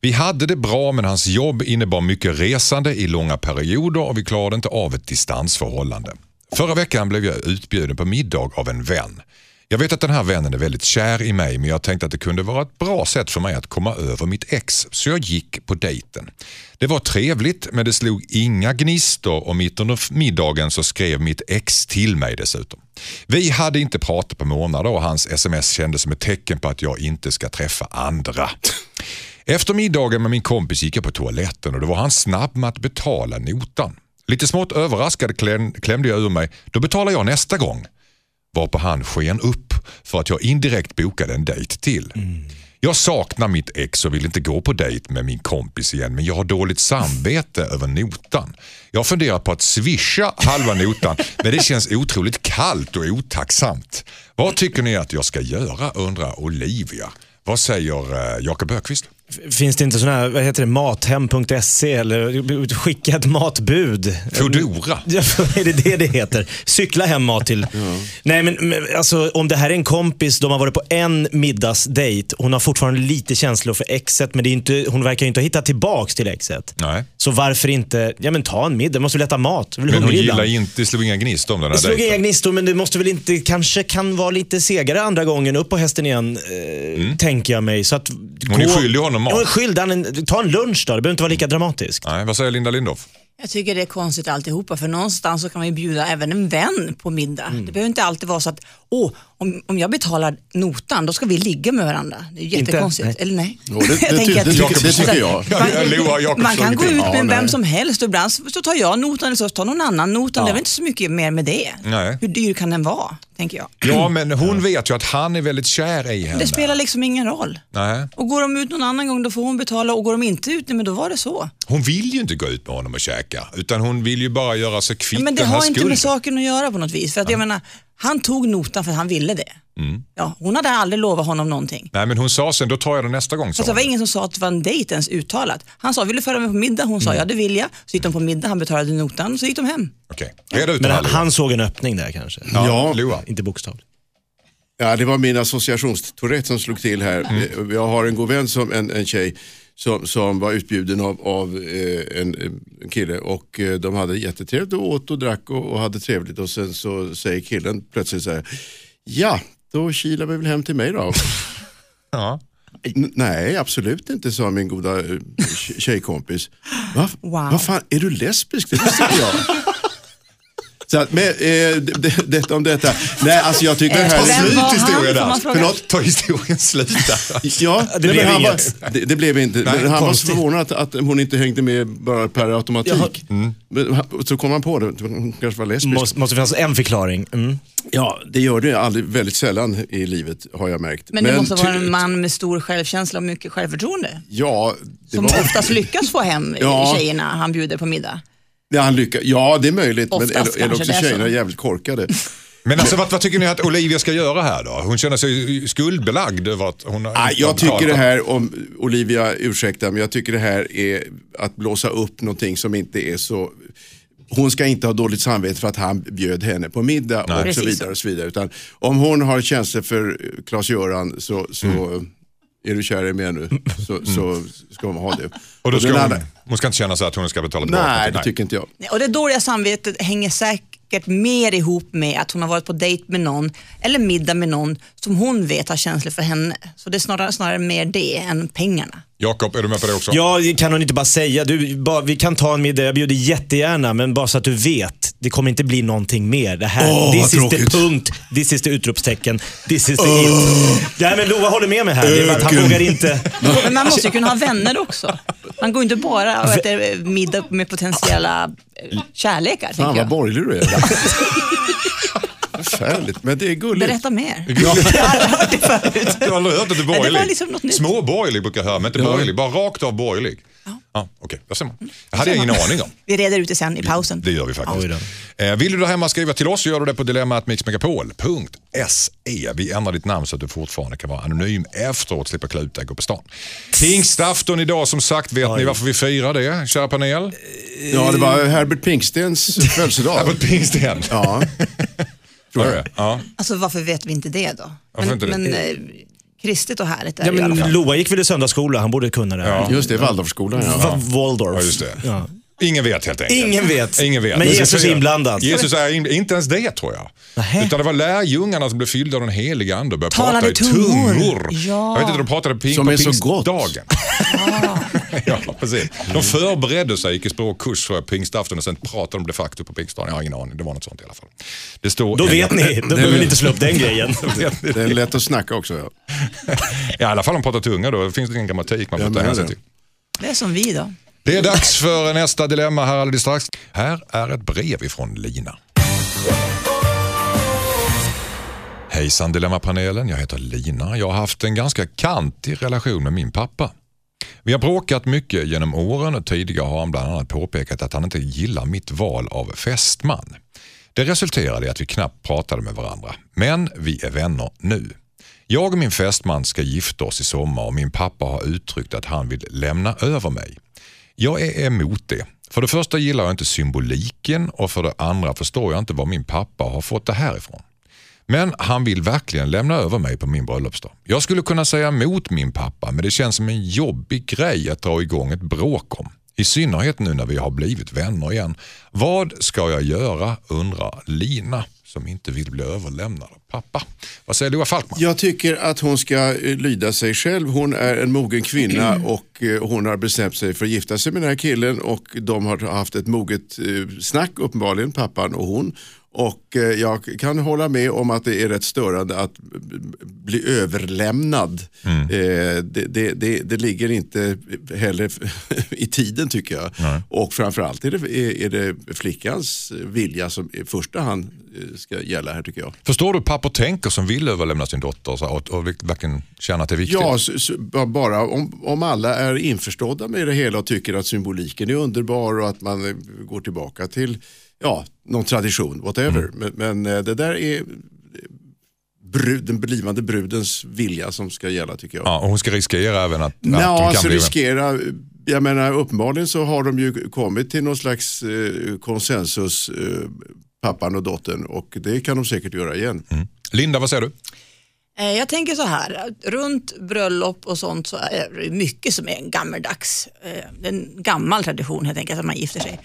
A: Vi hade det bra men hans jobb innebar mycket resande i långa perioder och vi klarade inte av ett distansförhållande. Förra veckan blev jag utbjuden på middag av en vän. Jag vet att den här vännen är väldigt kär i mig men jag tänkte att det kunde vara ett bra sätt för mig att komma över mitt ex så jag gick på dejten. Det var trevligt men det slog inga gnistor och mitt under middagen så skrev mitt ex till mig dessutom. Vi hade inte pratat på månader och hans sms kändes som ett tecken på att jag inte ska träffa andra. Efter middagen med min kompis gick jag på toaletten och då var han snabb med att betala notan. Lite smått överraskad kläm, klämde jag ur mig, då betalar jag nästa gång. Varpå han sken upp för att jag indirekt bokade en dejt till. Jag saknar mitt ex och vill inte gå på dejt med min kompis igen men jag har dåligt samvete över notan. Jag funderar på att swisha halva notan men det känns otroligt kallt och otacksamt. Vad tycker ni att jag ska göra undrar Olivia. Vad säger eh, Jakob Ökvist?
B: Finns det inte sådana här, vad heter det, mathem.se eller skicka ett matbud?
A: Foodora.
B: (laughs) Ja, för är det det det heter? Cykla hem mat till. Nej men men, alltså, om det här är en kompis, de har varit på en middagsdejt. Hon har fortfarande lite känslor för exet men det är inte, hon verkar ju inte ha hittat tillbaks till exet.
A: Nej.
B: Så varför inte, ja men ta en middag, Du måste väl äta mat? Du blir
A: Men hon
B: hungrig
A: gillar
B: ibland.
A: inte, det slog inga gnistor om den
B: Det
A: här
B: slog inga
A: dejten.
B: gnistor men du måste väl inte, kanske kan vara lite segare andra gången, upp på hästen igen, eh, tänker jag mig. Så att,
A: Hon är skyldig honom mat.
B: Ja, hon är skyldig han en, ta en lunch då, det behöver inte vara lika dramatiskt.
A: Nej, vad säger Linda Lindorff?
E: Jag tycker det är konstigt alltihopa för någonstans så kan man ju bjuda även en vän på middag.
C: Mm.
E: Det behöver inte alltid vara så att åh, om, om jag betalar notan då ska vi ligga med varandra. Det är ju jättekonstigt.
B: Nej.
E: Eller nej? (laughs)
C: Jo, det- det ty-
E: tänker att-
C: det tycker- det tycker jag.
A: Ja, jag lovar, Jakob
E: man kan
A: slog
E: gå
A: till.
E: ut med
C: Ja,
E: vem
C: nej.
E: som helst och ibland så så tar jag notan eller så tar någon annan notan. Det är väl inte så mycket mer med det.
A: Nej.
E: Hur dyr kan den vara, tänker jag.
A: Ja, men hon vet ju att han är väldigt kär i henne.
E: Det spelar liksom ingen roll.
A: Nej.
E: Och går de ut någon annan gång då får hon betala och går de inte ut, nej, men då var det så.
A: Hon vill ju inte gå ut med honom och käka, utan hon vill ju bara göra sig kvitt
E: Men det
A: den här
E: har inte
A: skulden.
E: med saken att göra på något vis. För att jag menar, han tog notan för att han ville det.
C: Mm.
E: Ja, hon hade aldrig lovat honom någonting.
A: Nej, men hon sa sen, då tar jag det nästa gång, sa
E: Fast det var
A: hon.
E: ingen som sa att det var en dejt ens uttalat. Han sa, vill du följa med på middag? Hon sa,
C: Mm.
E: ja det vill jag. Så gick de på middag, han betalade notan, så gick de hem.
A: Okej, reda ut
B: Men
A: det
B: han,
A: här
B: han såg en öppning där kanske.
A: Loa.
C: Ja.
A: Loa.
B: Inte bokstavligt.
C: Ja, det var min associationstourette som slog till här.
E: Mm.
C: Jag har en god vän, som, en, en tjej, som, som var utbjuden av, av eh, en, en kille och eh, de hade jättetrevligt och åt och drack och, och hade trevligt och sen så säger killen plötsligt så här, ja, då kilar vi väl hem till mig
E: (laughs)
C: då.
A: Ja.
C: N- Nej, absolut inte, sa min goda eh, tje- tjejkompis. Va?
E: Wow.
C: Vad fan, är du lesbisk? Det visste inte
E: (laughs)
C: jag. Så att, men, eh, d- d- detta om detta. Nej, alltså jag tycker det här
E: Eh, Vem
A: Slut
E: var han,
A: historia
E: får man
A: där.
E: fråga?
A: Förlåt, ta historien slut
E: (laughs)
A: där.
C: Ja, det,
B: blev
C: han
B: inget.
C: Var, det, det blev inte.
A: Nej,
C: men han
A: konstigt.
C: var så förvånad att, att hon inte hängde med bara per automatik. Mm. Men han- Så kom han på det, hon kanske var lesbisk.
B: Måste, måste finnas en förklaring. Mm.
C: Ja, det gör det aldrig, väldigt sällan i livet har jag märkt.
E: Men det måste vara
C: ty-
E: en man med stor självkänsla och mycket självförtroende.
C: Ja, det
E: Som
C: var,
E: oftast lyckas få hem
C: Ja.
E: tjejerna han bjuder på middag.
C: ja, han lyckas, ja, det är möjligt,
E: Oftast
C: men eller, eller
E: kanske
C: också
E: det är så.
C: tjejerna är jävligt korkade.
A: Men alltså, vad, vad tycker ni att Olivia ska göra här då? Hon känner sig skuldbelagd över att hon har inte
C: Nej,
A: har
C: Ah, jag
A: betalat.
C: tycker det här, om Olivia ursäkta, men jag tycker det här är att blåsa upp någonting som inte är så... Hon ska inte ha dåligt samvete för att han bjöd henne på middag och så
E: Precis.
A: Mm.
C: vidare. Och eh, så vidare. Utan om hon har känslor för Klas-Göran så, så är du kär i mig nu så, så ska hon ha det.
A: Och då
C: den
A: ska hon,
C: andra-
A: hon ska inte känna så att hon ska betala tillbaka?
C: Nej, det tycker inte jag.
E: Nej, Och det dåliga samvetet hänger säkert mer ihop med att hon har varit på dejt med någon eller middag med någon som hon vet har känslor för henne. Så det är snarare, snarare mer det än pengarna.
A: Jakob, är du med på det också? (laughs)
B: Ja, det kan hon inte bara säga. Du, bara, vi kan ta en middag, jag bjuder jättegärna, men bara så att du vet. Det kommer inte bli någonting mer. Det här,
C: Åh,
B: this
C: vad
B: is the
C: tråkigt.
B: punkt, this is the utropstecken, this is the it. Nej men Lova håller med mig här. Det är bara att han
C: Öken.
B: vågar inte.
A: Mm.
E: Men man
A: Alltså-
E: måste ju kunna ha vänner också. Man går inte bara och äter eh, middag med potentiella eh, kärlekar.
C: Fan
E: tänker
C: vad
E: jag.
C: borgerlig du är.
E: (laughs)
C: Förfärligt, men det är gulligt.
E: Berätta mer.
A: Du har aldrig hört att du är
E: Nej, det var
A: borgerlig?
E: liksom något nytt.
A: Småborgerlig brukar jag höra, men inte borgerlig. Bara rakt av borgerlig. Ja. Okej, där
E: Mm.
A: ser man. Det hade jag
E: (laughs)
A: ingen aning om.
E: Vi reder ut det sen i pausen.
A: Det gör vi faktiskt.
B: Oj
A: Eh, Vill du där hemma skriva till oss så gör du det på dilemmatmixmegapol.se. Vi ändrar ditt namn så att du fortfarande kan vara anonym efteråt, slippa klä ut dig och gå på stan. Pingstafton idag som sagt, vet ni varför vi firar det, kära panel?
C: Ja, det var Herbert Pinkstens
A: Ja. På
C: födelsedag.
A: ett pingsten.
C: Ja,
A: Tror jag. Ja.
E: Alltså varför vet vi inte det då?
A: Varför inte det?
E: men eh, kristet och härligt är
B: Ja,
E: det i alla fall.
B: men Loa gick väl i söndagsskola, han borde kunna det här.
C: just det, Waldorfskolan.
B: Va-
C: Ja.
B: Waldorf.
A: ja, just det. Ingen vet helt enkelt.
B: Ingen vet.
A: Ingen vet.
B: Men
A: Vi ska
B: Jesus är
A: fira-
B: inblandad.
A: Jesus är in, inte ens det tror jag.
B: Nähä.
A: Utan det var lärjungarna som blev fyllda av den heliga ande och började
E: Talade
A: prata i
E: tungor.
A: tungor.
E: Ja.
A: Jag vet inte, de pratade ping,
C: Som
A: på
C: är så
A: pingstdagen.
C: gott.
A: (laughs) ja, precis. De förberedde sig, gick i språkkurs tror jag, pingstafton och sen pratade de de facto på pingstdagen. Jag har ingen aning, det var något sånt i alla fall. Det står
B: Då vet ni, då behöver ni inte slå upp den grejen.
C: Det är lätt att snacka också. Ja.
A: I alla fall om de pratar tunga då, finns det ingen grammatik man
C: Jag
A: får ta
C: menar
A: hänsyn
C: det.
A: till.
E: Det är som vi då.
A: Det är dags för nästa dilemma här alldeles strax. Här är ett brev ifrån Lina. Hejsan Dilemmapanelen, jag heter Lina. Jag har haft en ganska kantig relation med min pappa. Vi har bråkat mycket genom åren och tidigare har han bland annat påpekat att han inte gillar mitt val av fästman. Det resulterade i att vi knappt pratade med varandra, men vi är vänner nu. Jag och min fästman ska gifta oss i sommar och min pappa har uttryckt att han vill lämna över mig. Jag är emot det. För det första gillar jag inte symboliken och för det andra förstår jag inte var min pappa har fått det här ifrån. Men han vill verkligen lämna över mig på min bröllopsdag. Jag skulle kunna säga emot min pappa men det känns som en jobbig grej att dra igång ett bråk om. I synnerhet nu när vi har blivit vänner igen. Vad ska jag göra undrar Lina som inte vill bli överlämnad av pappa. Vad säger Loa Falkman?
C: Jag tycker att hon ska eh, lyda sig själv. Hon är en mogen kvinna och eh, hon har bestämt sig för att gifta sig med den här killen och de har haft ett moget eh, snack uppenbarligen, pappan och hon. Och eh, jag kan hålla med om att det är rätt störande att b- b- bli överlämnad. Eh, Det, det, det, det ligger inte heller (laughs) i tiden tycker jag. Och framförallt är det, är, är det flickans vilja som i första hand eh, ska gälla här tycker jag.
A: Förstår du hur pappor tänker som vill överlämna sin dotter så- och, och verkligen känna att det är viktigt?
C: Ja, så, så, ba- bara om, om alla är införstådda med det hela och tycker att symboliken är underbar och att man eh, går tillbaka till ja, någon tradition, whatever.
A: Mm.
C: Men, men eh, det där är eh, brud, den blivande brudens vilja som ska gälla tycker jag.
A: Ja, och hon ska riskera även att, att
C: Nej,
A: hon kan
C: alltså
A: bli...
C: riskera, jag menar uppenbarligen så har de ju kommit till någon slags eh, konsensus, eh, pappan och dottern och det kan de säkert göra igen.
A: Mm. Linda, vad säger du?
E: Eh, Jag tänker så här, att runt bröllop och sånt så är det mycket som är gammeldags. eh, Det är en gammal tradition helt enkelt att man gifter sig.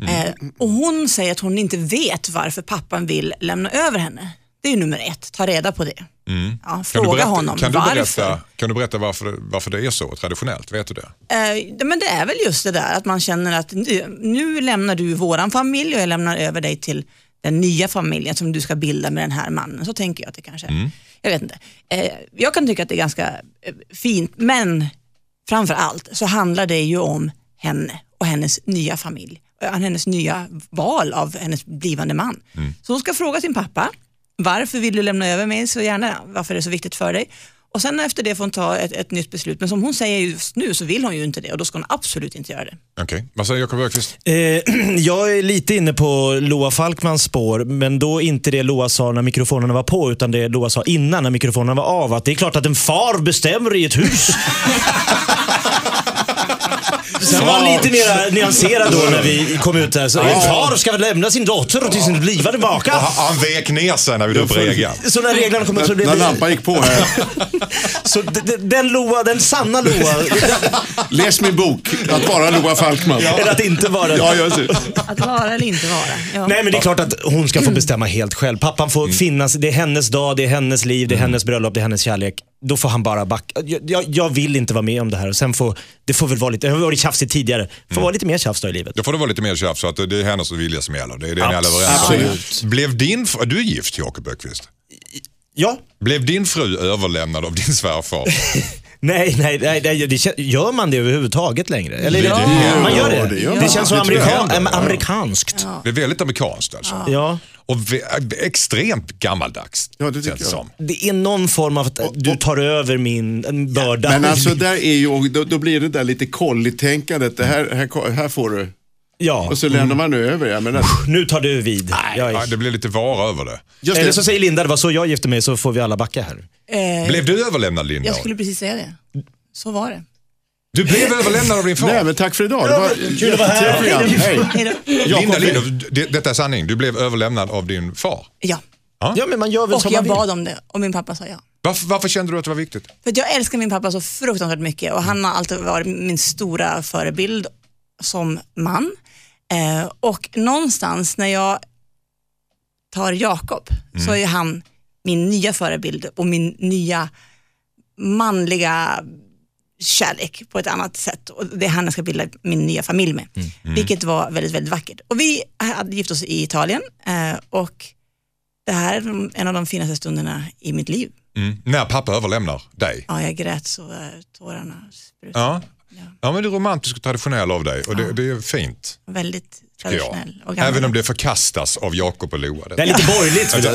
A: Mm.
E: Eh, Och hon säger att hon inte vet varför pappan vill lämna över henne. Det är ju nummer ett, ta reda på det. Ja,
A: Mm. Kan
E: fråga
A: du berätta,
E: honom
A: kan du
E: varför.
A: berätta, kan du berätta varför, det- varför det är så traditionellt? Vet du det?
E: Eh, men det är väl just det där att man känner att nu, nu lämnar du våran familj och jag lämnar över dig till den nya familjen som du ska bilda med den här mannen. Så tänker jag att det kanske är. Jag vet inte. Eh, jag kan tycka att det är ganska eh, fint, men framför allt så handlar det ju om henne och hennes nya familj. eh, Hennes nya val av hennes blivande man. Så hon ska fråga sin pappa, varför vill du lämna över mig så gärna? Varför är det så viktigt för dig? Och sen efter det får hon ta ett, ett nytt beslut. Men som hon säger just nu så vill hon ju inte det och då ska hon absolut inte göra det.
A: Okej, vad säger Jakob Öqvist?
B: Eh, (clears throat) jag är lite inne på Loa Falkmans spår, men då inte det Loa sa när mikrofonerna var på, utan det Loa sa innan när mikrofonerna var av. Att det är klart att en far bestämmer i ett hus. Sen var han lite mer nyanserad då när vi kom ut där. Så en far ska lämna sin dotter till sin blivande maka.
A: Han vek ner sig när vi då
C: får-
A: reagan.
B: Så när reglerna kom upp så
C: När,
B: blev
C: när
B: det...
C: lampan gick på här,
B: Så d- d- den Loa, den sanna Loa,
C: Läs min bok, att vara Loa Falkman.
B: eller att inte vara det.
C: Ja, just det.
E: Att vara eller inte vara. Ja.
B: Nej men det är klart att hon ska få bestämma helt själv. Pappan får
C: Mm.
B: finnas, det är hennes dag, det är hennes liv, det är hennes bröllop, det är hennes kärlek. Då får han bara backa. Jag, jag, jag vill inte vara med om det här. Och sen får, det får väl vara lite, det har varit tjafsigt tidigare, får
C: Mm.
B: vara lite mer tjafs då i livet.
A: Då får det vara lite mer tjafs så att det är hennes vilja som gäller. Det är det ni alla är överens om.
B: Absolut.
A: Blev din fru, du är gift Jakob Öqvist.
B: Ja,
A: Blev din fru överlämnad av din svärfar?
B: nej, nej, nej, nej det, kän- gör man det överhuvudtaget längre? Eller är det,
E: Ja.
B: man gör det.
C: Ja,
B: Det,
C: det gör man.
B: känns som
C: Det tror jag
B: amerikan,
A: händer.
B: äm, amerikanskt.
A: Det är väldigt amerikanskt alltså.
B: Ja.
A: Och ve- extremt gammaldags.
C: Ja, det tycker
A: känns
C: jag.
A: som.
B: Det är någon form av att du tar över min en börda.
C: Men alltså, där är ju, och då, då blir det där lite kollitänkandet. Det här, här, här får du.
B: ja,
C: Och så lämnar man över. Jag menar,
B: nu tar du vid. Jag är-
A: Ja, det blev lite vara över det.
C: just
B: Eller
C: det.
B: så säger Linda, det var så jag gifte mig, så får vi alla backa här.
E: Eh,
A: Blev du överlämnad Linda?
E: jag skulle precis säga det. Så var det.
A: Du blev överlämnad av din far?
C: Nej, men tack för idag. Det var kul att vara
E: Ja,
C: här. Hej.
E: Hej då.
A: Linda,
C: Jakob,
A: Linda det, detta är sanning. Du blev överlämnad av din far.
E: Ja,
B: Ja, men man gör väl
E: och
B: som
E: jag
B: man vill.
E: bad om det och min pappa sa ja.
A: Varför, varför kände du att det var viktigt?
E: För att jag älskar min pappa så fruktansvärt mycket och han har alltid varit min stora förebild som man. Eh, och någonstans när jag tar Jakob så är han min nya förebild och min nya manliga kärlek på ett annat sätt. Och det är han jag ska bilda min nya familj med. Vilket var väldigt, väldigt vackert. Och vi hade gift oss i Italien eh, och det här är de- en av de finaste stunderna i mitt liv.
A: Mm. När pappa överlämnar dig?
E: Ja, jag grät så eh, tårarna sprutade.
A: Ja. ja, men det är romantiskt och traditionell av dig och det, det är fint.
E: Väldigt
A: tycker Jag.
E: traditionell och gammal.
A: Även om det förkastas av Jakob och Loa. (laughs)
B: Det är lite borgerligt. vet du.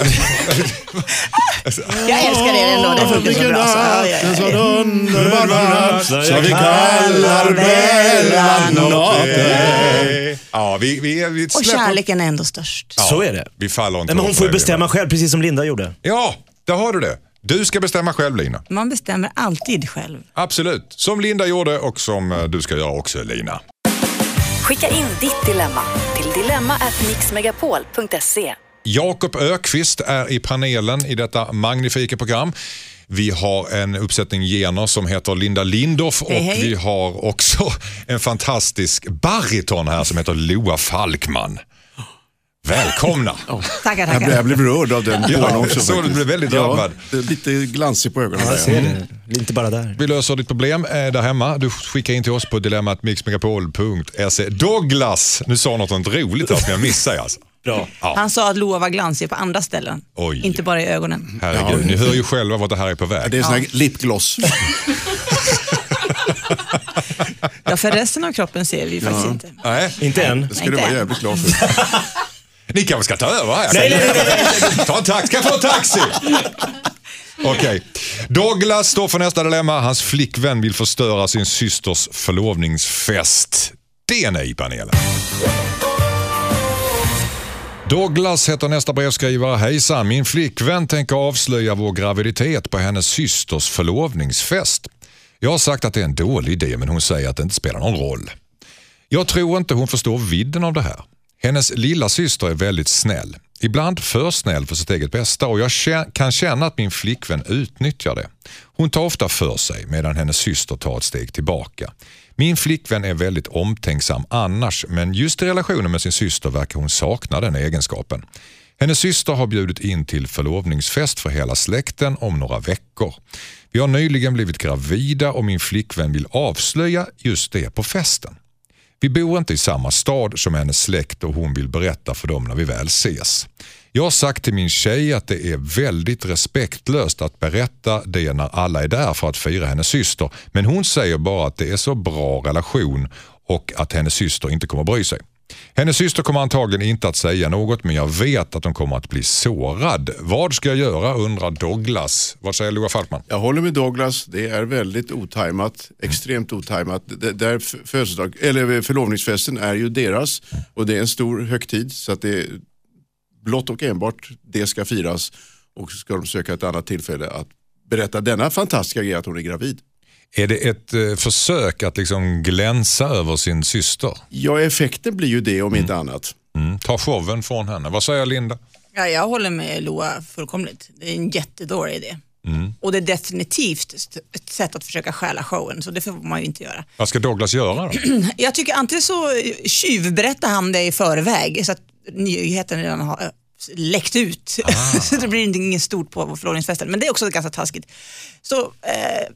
E: Jag älskar det ändå, det funkar
C: Vilken
E: så bra. Så, ja,
C: natt,
E: ja,
C: en
E: ja.
C: sån underbar natt som vi kallar mellanatten.
A: Ja, vi, vi, vi
E: Och
A: släpper-
E: kärleken är ändå störst.
B: Så är det.
A: Vi faller inte
B: Nej, men hon
A: åt
B: får ju
A: längre.
B: bestämma själv, precis som Linda gjorde.
A: Ja, där har du det. Du ska bestämma själv Lina.
E: Man bestämmer alltid själv.
A: Absolut. Som Linda gjorde och som eh, du ska göra också Lina.
D: Skicka in ditt dilemma till dilemma@mixmegapol.se.
A: Jakob Ökvist är i panelen i detta magnifika program. Vi har en uppsättning gener som heter Linda Lindorff och
E: Hej, hej.
A: vi har också en fantastisk bariton här som heter Loa Falkman.
E: (gasps)
A: Välkomna!
E: Tackar,
C: Jag blev, jag
E: tackar.
C: blev rörd av den
A: Ja,
C: tårn också.
A: jag såg att du
C: faktiskt.
A: blev väldigt
C: Ja,
A: drabbad.
C: det är Lite glansig på ögonen. där, ja.
B: Inte bara där.
A: Vi löser ditt problem eh, där hemma. Du skickar in till oss på dilemmatmixmegapol.se. E. Douglas! Nu sa något inte roligt här som jag missade. Alltså.
B: Bra.
E: Han sa att Loa var glansig på andra ställen.
A: Oj.
E: Inte bara i ögonen.
A: Herregud, ni hör ju själva vart det här är på
C: Det
A: väg.
C: är sån här lipgloss.
E: Ja, för resten av kroppen ser vi ju faktiskt inte.
A: Nej,
B: Inte än.
C: Det ska du vara
E: Inte.
C: jävligt glad för.
A: ni kanske ska ta över här.
B: Nej, nej,
A: Ta en taxi, kan jag få en
B: (laughs)
A: taxi? Okej. Douglas står för nästa dilemma. Hans flickvän vill förstöra sin systers förlovningsfest. Det är nej i panelen. Douglas heter nästa brevskrivare. Hejsan, min flickvän tänker avslöja vår graviditet på hennes systers förlovningsfest. Jag har sagt att det är en dålig idé men hon säger att det inte spelar någon roll. Jag tror inte hon förstår vidden av det här. Hennes lilla syster är väldigt snäll. Ibland för snäll för sitt eget bästa och jag kä- kan känna att min flickvän utnyttjar det. Hon tar ofta för sig medan hennes syster tar ett steg tillbaka. Min flickvän är väldigt omtänksam annars men just i relationen med sin syster verkar hon sakna den egenskapen. Hennes syster har bjudit in till förlovningsfest för hela släkten om några veckor. Vi har nyligen blivit gravida och min flickvän vill avslöja just det på festen. Vi bor inte i samma stad som hennes släkt och hon vill berätta för dem när vi väl ses. Jag har sagt till min tjej att det är väldigt respektlöst att berätta det när alla är där för att fira hennes syster. Men hon säger bara att det är så bra relation och att hennes syster inte kommer bry sig. Hennes syster kommer antagligen inte att säga något men jag vet att hon kommer att bli sårad. Vad ska jag göra undrar Douglas. Vad säger Loa Falkman?
C: Jag håller med Douglas, det är väldigt otajmat, extremt otajmat. Det- Där f- födelsedag, eller eh, förlovningsfesten är ju deras och det är en stor högtid så att det är blott och enbart det ska firas och så ska de söka ett annat tillfälle att berätta denna fantastiska grej att hon är gravid.
A: Är det ett eh, försök att liksom glänsa över sin syster?
C: Ja, effekten blir ju det om inte annat.
A: Mm. Ta showen från henne. Vad säger Linda?
E: Ja, jag håller med Loa fullkomligt. Det är en jättedålig idé.
A: Mm.
E: Och det är definitivt st- ett sätt att försöka stjäla showen, så det får man ju inte göra.
A: Vad ska Douglas göra då? (clears throat)
E: Jag tycker antingen så tjuvberättar han det i förväg så att nyheten redan har eh, läckt ut. (laughs) så det blir inte- inget stort på förlovningsfesten. Men det är också ganska taskigt. Så eh,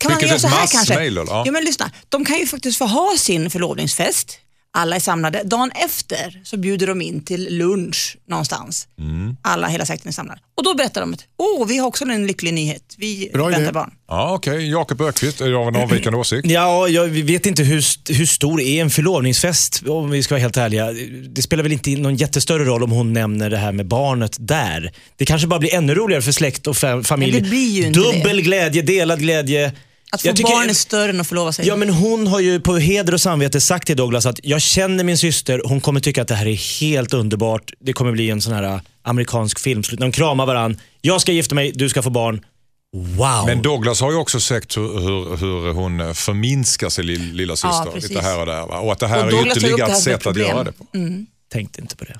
E: kan man
A: Skickas
E: göra
A: ett
E: så här kanske?
A: massmail då? Ja.
E: Ja, men lyssna. De kan ju faktiskt få ha sin förlovningsfest. Alla är samlade. Dagen efter så bjuder de in till lunch någonstans. Alla, hela sekten är samlade. Och då berättar de att åh, vi har också en lycklig nyhet. Vi
C: Bra idé.
E: väntar barn.
A: Ja, Okej, Jakob Ökvist är av en
E: (clears throat)
A: avvikande åsikt.
B: Ja, jag vet inte hur, st- hur stor är en förlovningsfest om vi ska vara helt ärliga. Det spelar väl inte någon jättestörre roll om hon nämner det här med barnet där. Det kanske bara blir ännu roligare för släkt och fa- familj.
E: Men det blir ju inte
B: Dubbel glädje, delad glädje.
E: Att få
B: Jag tycker-
E: barn är större än att förlova sig.
B: Ja, men hon har ju på heder och samvete sagt till Douglas att jag känner min syster, hon kommer tycka att det här är helt underbart. Det kommer bli en sån här äh, amerikansk film. Slut- De kramar varann. Jag ska gifta mig, du ska få barn. Wow!
A: Men Douglas har ju också sagt hur, hur, hur hon förminskar sin lill, lilla
E: Ja,
A: syster.
E: precis.
A: lite här och där. Va? Och att det här
E: Och
A: är
E: Douglas tar upp det
A: ytterligare
E: här
A: ett
E: som ett
A: sätt att
E: problem.
A: göra det på.
B: Tänkte inte
A: (laughs)
B: på det.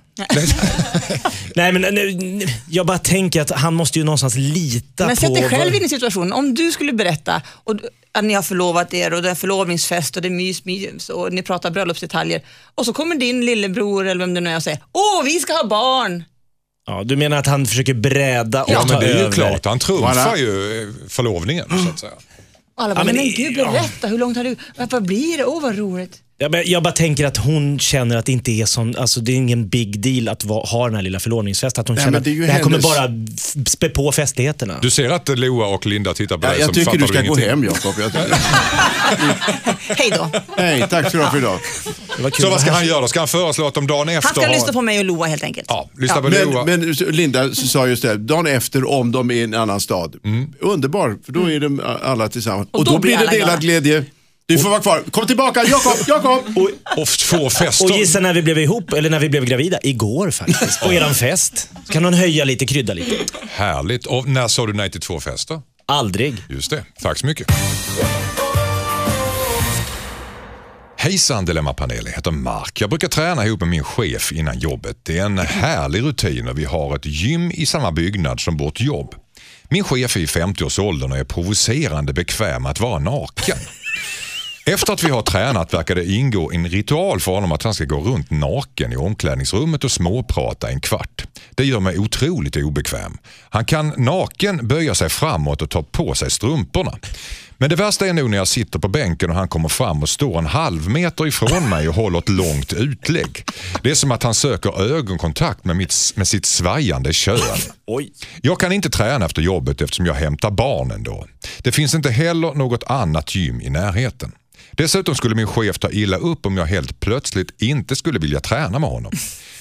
B: nej, men nej, nej, jag bara tänker att han måste ju någonstans lita
E: Men
B: på...
E: sätt dig själv
B: vad-
E: in i situationen. Om du skulle berätta och, du- att ni har förlovat er och det är förlovningsfest och det är mys, mys och ni pratar bröllopsdetaljer och så kommer din lillebror eller vem det nu är och säger Åh, vi ska ha barn!
B: Ja, du menar att han försöker bräda och
A: Ja,
B: ta
A: men det är ju
B: över.
A: klart. Han
C: Voilà.
A: trumfar ju eh, förlovningen så att säga.
E: Och alla bara,
B: Ja, men
E: men,
B: det-
E: gud
B: ja.
E: berätta, hur långt har du, vad vad blir det, åh vad roligt.
B: Jag, bara- jag bara tänker att hon känner att det inte är sån, alltså det är ingen big deal att va, ha den här lilla förlovningsfesten. Att hon
C: Nej,
B: känner
C: men
B: att
C: det är ju
B: det här kommer
C: hennes-
B: bara f- spä på festligheterna.
A: Du ser att Loa och Linda tittar på
C: Ja,
A: dig
C: jag
A: som
C: tycker
A: fattar
C: du ska gå
A: ingenting.
C: hem Jakob. Jag tycker-
A: (laughs)
E: Hej då.
C: Nej, tack ska du ha för idag.
B: Det var kul
A: Så
B: att
A: vad ska
B: vara
A: han göra då? Ska han föreslå att de dagen efter
E: Han ska
A: har-
E: lyssna på mig och Loa helt enkelt.
A: Ja, lyssna på Loa.
C: Men, men Linda sa just det, dagen efter om de är i en annan stad. Underbar, för då är de alla tillsammans. Och, då, blir det
E: alla
C: delad glädje. Du får vara kvar. Kom tillbaka, Jakob, Jakob! (laughs) Och,
A: Och få fester.
B: Och gissa när vi blev ihop, eller när vi blev gravida? Igår faktiskt. På eran fest. Så kan hon höja lite, krydda lite.
A: Härligt. Och när sa du nej till två fester?
B: Aldrig.
A: Just det. Tack så mycket. Hejsan Dilemmapanel, jag heter Mark. Jag brukar träna ihop med min chef innan jobbet. Det är en härlig rutin och vi har ett gym i samma byggnad som vårt jobb. Min chef är i 50-årsåldern och är provocerande bekväm att vara naken. Efter att vi har tränat verkar det ingå en ritual för honom att han ska gå runt naken i omklädningsrummet och småprata en kvart. Det gör mig otroligt obekväm. Han kan naken böja sig framåt och ta på sig strumporna. Men det värsta är nog när jag sitter på bänken och han kommer fram och står en halv meter ifrån mig och håller ett långt utlägg. Det är som att han söker ögonkontakt med, mitt, med sitt svajande kön.
B: Oj.
A: Jag kan inte träna efter jobbet eftersom jag hämtar barnen då. Det finns inte heller något annat gym i närheten. Dessutom skulle min chef ta illa upp om jag helt plötsligt inte skulle vilja träna med honom.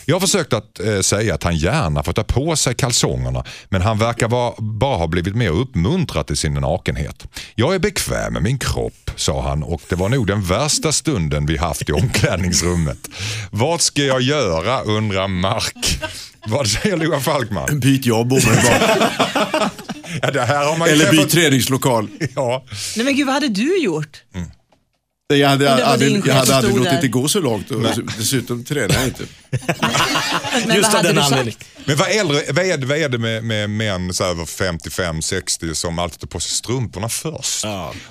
A: Jag har försökt att eh, säga att han gärna får ta på sig kalsongerna men han verkar vara, bara ha blivit mer uppmuntrad till sin nakenhet. Jag är bekväm med min kropp, sa han och det var nog den värsta stunden vi haft i omklädningsrummet. Vad ska jag göra, undrar Mark. Vad säger Loa Falkman?
C: byt jobb omedelbart. (laughs)
A: Ja, det här har man ju
C: Eller byt
A: träffat-
C: träningslokal.
A: Ja.
E: Nej men gud, vad hade du gjort?
B: Mm.
C: Nej, Jag hade
E: det var din
C: aldrig,
E: chef
C: jag hade
E: som
C: aldrig
E: stod
C: låtit
E: där.
C: det gå så långt och dessutom tränar jag inte.
E: Men
B: Just
E: vad
B: av
E: hade
B: den
E: du sagt?
B: anledningen.
A: Men vad, äldre, vad, är, vad är det med, med män så här över 55-60 som alltid tar på sig strumporna först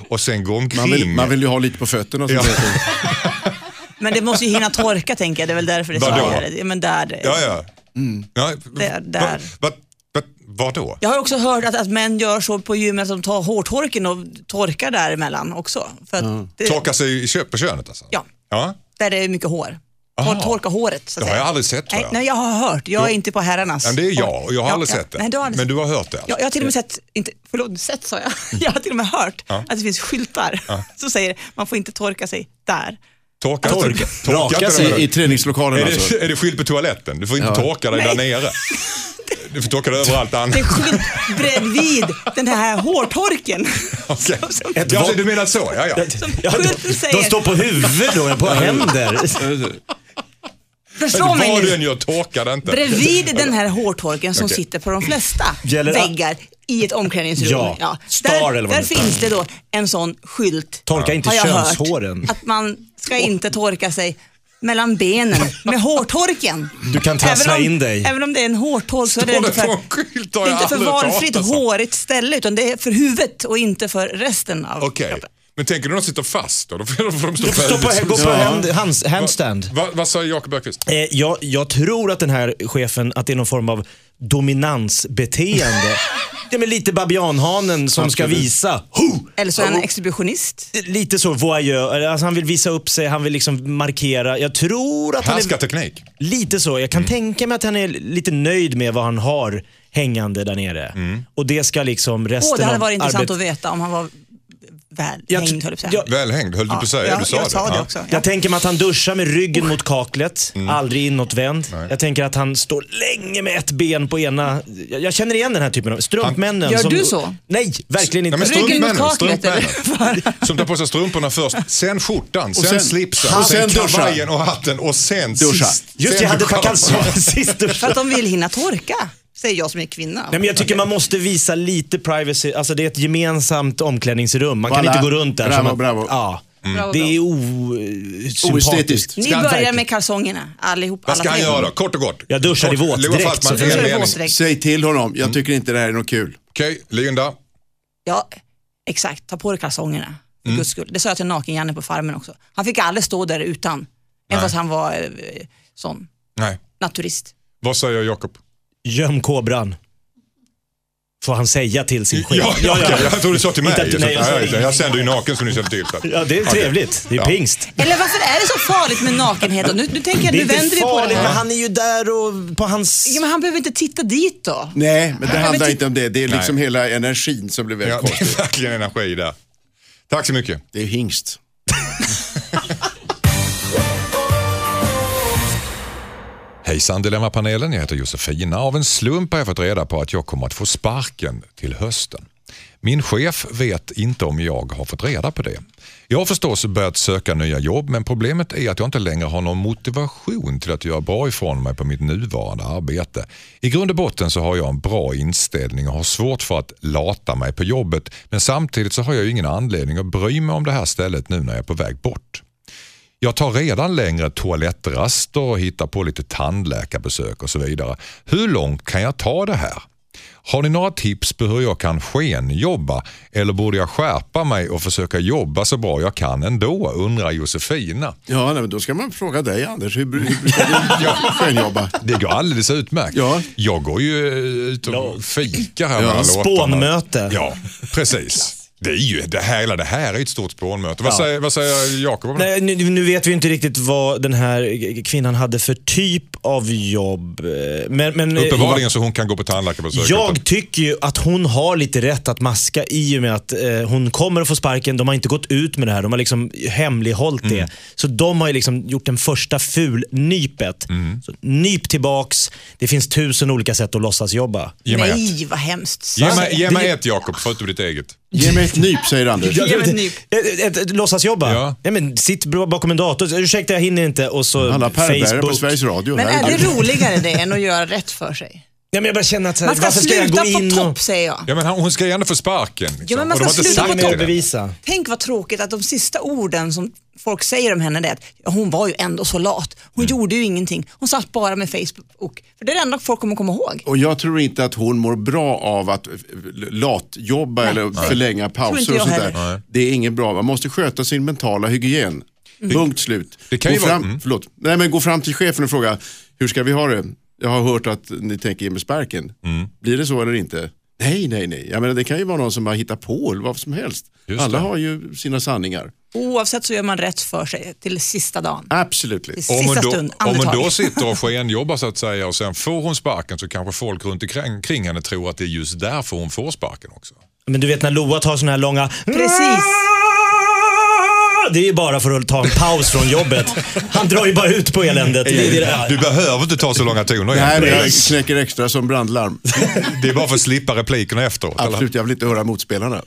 A: och sen går omkring?
C: Man vill, man vill ju ha lite på fötterna. Som
A: Ja.
C: det heter.
E: Men det måste ju hinna torka tänker jag, det är väl därför det är så
A: Vadå?
E: här. Ja, men där.
A: Ja, ja.
C: Mm.
A: ja.
E: Där, där.
A: Va, va, va, vadå?
E: Jag har också hört att, att män gör så på gymmet, att de tar hårtorken och torkar däremellan också. För att det,
A: Torkar sig i kö, på könet alltså?
E: Ja.
A: ja.
E: där det är mycket hår. Tor,
A: Aha.
E: torka håret så att
A: Det har
E: säga.
A: jag aldrig sett tror
E: Nej,
A: jag.
E: nej, jag har hört. Jag är inte på herrarnas.
A: Men det är jag och jag har
E: Ja,
A: aldrig
E: ja.
A: sett det.
E: Nej, du har aldrig
A: Men
E: sett
A: du
E: det.
A: har hört det? Alltså.
E: Ja, jag har till och med sett, inte, förlåt, sett sa jag. Jag har till och med hört
A: Ja.
E: att det finns skyltar (laughs) som säger man får inte torka sig där.
A: Torka,
B: Torka-
A: torka
B: raka
A: inte
B: sig
A: dig.
C: I träningslokalen
A: Är
C: alltså. (laughs)
A: det, är det skylt på toaletten? Du får inte
C: Ja.
A: torka dig där
E: (laughs)
A: nere. Du får torka dig överallt annars.
E: Det är skylt bredvid den här hårtorken.
A: Okej.
E: som-
A: Ja,
B: Ett val-
A: du menar så? Ja, ja.
B: Ja, de,
E: Skylten säger-
B: de står på huvudet och på händer.
E: Förstå mig
A: Vad
E: nu.
A: du än gör, torka det inte.
E: Bredvid den här hårtorken som
A: Okej.
E: sitter på de flesta
B: Gäller-
E: väggar i ett omklädningsrum.
B: Ja, star
E: Där,
B: eller vad
E: där
B: det är.
E: finns det då en sån skylt.
B: Torka inte
E: har jag
B: könshåren.
E: Hört, att man ska inte torka sig mellan benen med hårtorken.
B: Du kan trassla
E: även om,
B: in dig.
E: Även om det är en hårtork så är det
A: Står
E: inte
A: det på
E: för,
A: en skylt
E: det
A: har
E: är
A: jag
E: inte för
A: aldrig hört
E: valfritt
A: talas om.
E: hårigt ställe utan det är för huvudet och inte för resten av
A: Okej.
E: kroppen.
A: Men tänker du att de sitter fast då? Då får då får de stå
B: Stoppa, gå på hand, hands, handstand.
A: Vad vad sa Jakob Bergqvist?
B: Eh, jag, jag tror att den här chefen, att det är någon form av (laughs) dominansbeteende. det är med lite babianhanen som ska
C: Absolut.
B: visa. Ho!
E: Eller så är han exhibitionist.
B: Lite så voyeur, alltså han vill visa upp sig, han vill liksom markera. Jag tror att han Mm. är
A: Härskarteknik.
B: lite så. Jag kan tänka mig att han är lite nöjd med vad han har hängande där nere. Och det ska liksom resten
E: Åh, det hade
B: av
E: varit intressant
B: arbet-
E: att veta om han var väl
B: Jag
E: hängd,
B: tr-
E: höll jag på att säga.
B: jag-
A: Välhängd höll du på att säga.
E: ja,
A: du sa
E: jag
A: det.
E: sa det
A: Ja.
E: också. Ja.
B: Jag tänker mig att han duschar med ryggen mot kaklet, aldrig inåtvänd.
A: Mm. Nej.
B: Jag tänker att han står länge med ett ben på ena... Jag, jag känner igen den här typen av... Strumpmännen
E: Gör
B: som...
E: du så?
B: Nej, verkligen inte.
A: Nej, men
E: Ryggen mot
A: strumpmännen,
E: kaklet, eller?
A: strumpmännen. Som tar på sig strumporna först, sen skjortan, sen,
C: sen-
A: slipsen,
C: och
A: sen,
C: sen duschar.
A: kavajen och hatten och sen
C: Duschar.
A: sist.
B: Just
A: sen
B: det, jag hade ett par
A: sjalen.
B: kalsonger (laughs) sist.
E: För att de vill hinna torka, säger jag som är kvinna.
B: Nej, men jag tycker man måste visa lite privacy. Alltså det är ett gemensamt omklädningsrum. Man kan
C: Voilà.
B: inte gå runt där.
C: Bravo,
B: som att,
C: bravo.
B: Ja.
A: Mm.
E: Bravo,
B: Det
E: bravo.
B: är o-
C: Oestetiskt.
E: Ni
B: Ska-
E: börjar
B: verkligen.
E: med kalsongerna, allihop.
A: Vad ska
E: alla
A: han
E: tre.
A: göra då? Kort och gott.
B: Jag duschar i
A: Kort.
B: våtdräkt,
A: Leo Falkman,
B: så
A: en
E: Jag tror det är
A: mening.
E: våtdräkt.
C: Säg till honom, jag tycker inte det här är något kul.
A: Okej, Linda.
E: Ja, exakt. Ta på dig kalsongerna. För
B: Mm.
E: guds skull. Det sa jag till naken-Janne på farmen också. Han fick aldrig stå där utan. Även fast han var eh, sån
A: Nej.
E: naturist.
A: Vad säger Jakob?
B: Göm kobran. Får han säga till sin chef.
A: Ja, ja, ja. Jag tror du sa till mig.
B: Inte att du-
A: Så-
B: nej, jag
A: nej,
B: sa
A: jag,
B: ingenting.
A: jag sänder ju naken som ni känner till. så att-
B: Ja, det är
A: Okej.
B: trevligt. Det är
A: Ja.
B: pingst.
E: Eller varför är det så farligt med nakenhet? Och Nu, nu tänker jag,
B: Det är
E: nu
B: inte
E: vänder vi på
B: farligt,
E: det.
B: men
E: här.
B: han är ju där och på hans...
E: Ja, men han behöver inte titta dit då.
C: Nej, men det handlar
E: men
C: inte om det. Det är liksom
A: Nej.
C: hela energin som blir väldigt
A: Ja, det
C: konstig.
A: är verkligen energi där. Tack så mycket.
C: Det är hingst.
A: Hejsan Dilemmapanelen, jag heter Josefina. Av en slump har jag fått reda på att jag kommer att få sparken till hösten. Min chef vet inte om jag har fått reda på det. Jag har förstås börjat söka nya jobb men problemet är att jag inte längre har någon motivation till att göra bra ifrån mig på mitt nuvarande arbete. I grund och botten så har jag en bra inställning och har svårt för att lata mig på jobbet men samtidigt så har jag ju ingen anledning att bry mig om det här stället nu när jag är på väg bort. Jag tar redan längre toalettraster och hittar på lite tandläkarbesök och så vidare. Hur långt kan jag ta det här? Har ni några tips på hur jag kan skenjobba eller borde jag skärpa mig och försöka jobba så bra jag kan ändå, undrar Josefina.
C: Ja, nej, men då ska man fråga dig Anders, hur hur brukar du (laughs) skenjobba?
A: Det går alldeles utmärkt.
C: Ja.
A: Jag går ju eh, ut
B: Ja.
A: och fikar här
C: Ja,
A: mellan låtarna.
B: spånmöte.
A: Ja, precis. Det är ju, det här, hela det här är ett stort spånmöte. Vad
B: Ja.
A: säger, vad säger Jakob om det?
B: Nej, nu, nu vet vi inte riktigt vad den här kvinnan hade för typ av jobb. eh, Men, men, eh,
A: Uppenbarligen så hon kan gå på tandläkarbesök. utan-
B: Jag tycker ju att hon har lite rätt att maska i och med att eh, hon kommer att få sparken. De har inte gått ut med det här. De har liksom hemlighållit
A: Mm.
B: det. Så de har ju liksom gjort den första fulnypet.
A: Mm.
B: Så, nyp tillbaks. Det finns tusen olika sätt att låtsas jobba.
A: Ge mig ett.
E: Nej, vad hemskt.
A: Ge mig, ge mig
B: Alltså, Det-
A: ett Jakob, förutom ditt eget.
C: Ge mig ett nyp, säger Anders.
E: Ge mig en nyp.
B: Ett, ett, ett, låtsasjobba?
A: Ja.
B: Nej, men sitt bra- bakom en dator. Ursäkta, jag hinner inte. Och så
C: Alla pärlbärare på
B: Facebook.
C: Sveriges Radio.
E: Men är det
C: Herregud.
E: roligare det än att göra rätt för sig?
B: Nej, men jag bara känner att så här,
E: Man ska
B: varför ska jag
E: sluta
B: gå in
E: på
B: och...
E: topp, säger jag.
A: Ja, men han- hon ska ju ändå få sparken. Liksom.
E: Ja, men man
A: Och de
E: ska
A: har inte
E: sluta
A: sagt
E: på
A: det.
E: topp.
B: bevisa.
E: Tänk vad tråkigt att de sista orden som folk säger om henne det är att "Ja, hon var ju ändå så lat. Hon
B: Mm.
E: gjorde ju ingenting. Hon satt bara med Facebook. För det är det enda folk kommer komma ihåg.
C: Och jag tror inte att hon mår bra av att eh, latjobba eller förlänga pauser
E: inte
C: och
E: jag
C: sånt
E: heller.
C: där. Det är inget bra. Man måste sköta sin mentala hygien. Punkt slut.
A: Mm. Det kan
C: gå,
A: ju vara-
C: fram,
A: mm.
C: förlåt. Nej, men gå fram till chefen och fråga, hur ska vi ha det? Jag har hört att ni tänker ge mig sparken.
A: Mm.
C: Blir det så eller inte? Nej, nej, nej. Jag menar, det kan ju vara någon som har hittat på eller vad som helst.
A: Just
C: Alla
A: det.
C: har ju sina sanningar.
E: Oavsett så gör man rätt för sig till sista dagen.
C: Absolut.
E: Till
A: Om hon,
E: sista stund,
A: då, om hon
E: andetag.
A: då sitter och skenjobbar så att säga och sen får hon sparken så kanske folk runt omkring kring henne tror att det är just därför hon får sparken också.
B: Men du vet när Loa tar såna här långa...
E: Precis.
B: Det är ju bara för att ta en paus från jobbet. Han drar ju bara ut på eländet. Det är det där.
A: Du behöver inte ta så långa toner
C: Nej, men
A: egentligen.
C: jag knäcker extra
A: (laughs)
C: som brandlarm.
A: Det är bara för att slippa replikerna efteråt. eller?
C: Absolut, jag vill inte höra motspelarna.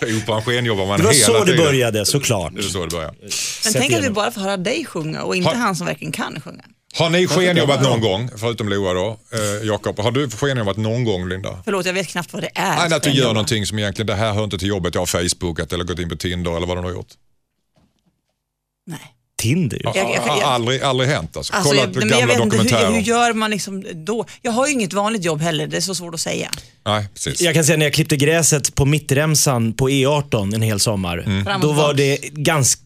A: På operan skenjobbar man
B: Det var
A: hela
B: så det
A: tiden.
B: började, såklart.
A: Det är så det börjar.
E: Men
B: Sätt
E: tänk att vi
B: igenom.
E: bara får höra dig sjunga och inte
A: Har-
E: han som verkligen kan sjunga.
A: Har ni skenjobbat någon gång, förutom Loa då, eh, Jakob? Har du skenjobbat någon gång Linda?
E: Förlåt, jag vet knappt vad det är.
A: Nej, att du gör någonting som egentligen, det här hör inte till jobbet, jag har facebookat eller gått in på Tinder eller vad du har gjort.
E: Nej.
B: Tinder. ju.
E: Jag- jag- jag-
A: Aldrig, aldrig hänt alltså. Kolla
E: jag-
A: på
E: men jag
A: gamla
E: vet inte,
A: dokumentärer.
E: Hur, hur gör man liksom då? Jag har ju inget vanligt jobb heller, det är så svårt att säga.
A: Nej, precis.
B: Jag kan säga när jag klippte gräset på mittremsan på E18 en hel sommar.
E: Fram och
B: Då var
E: tillbaks.
B: det ganska...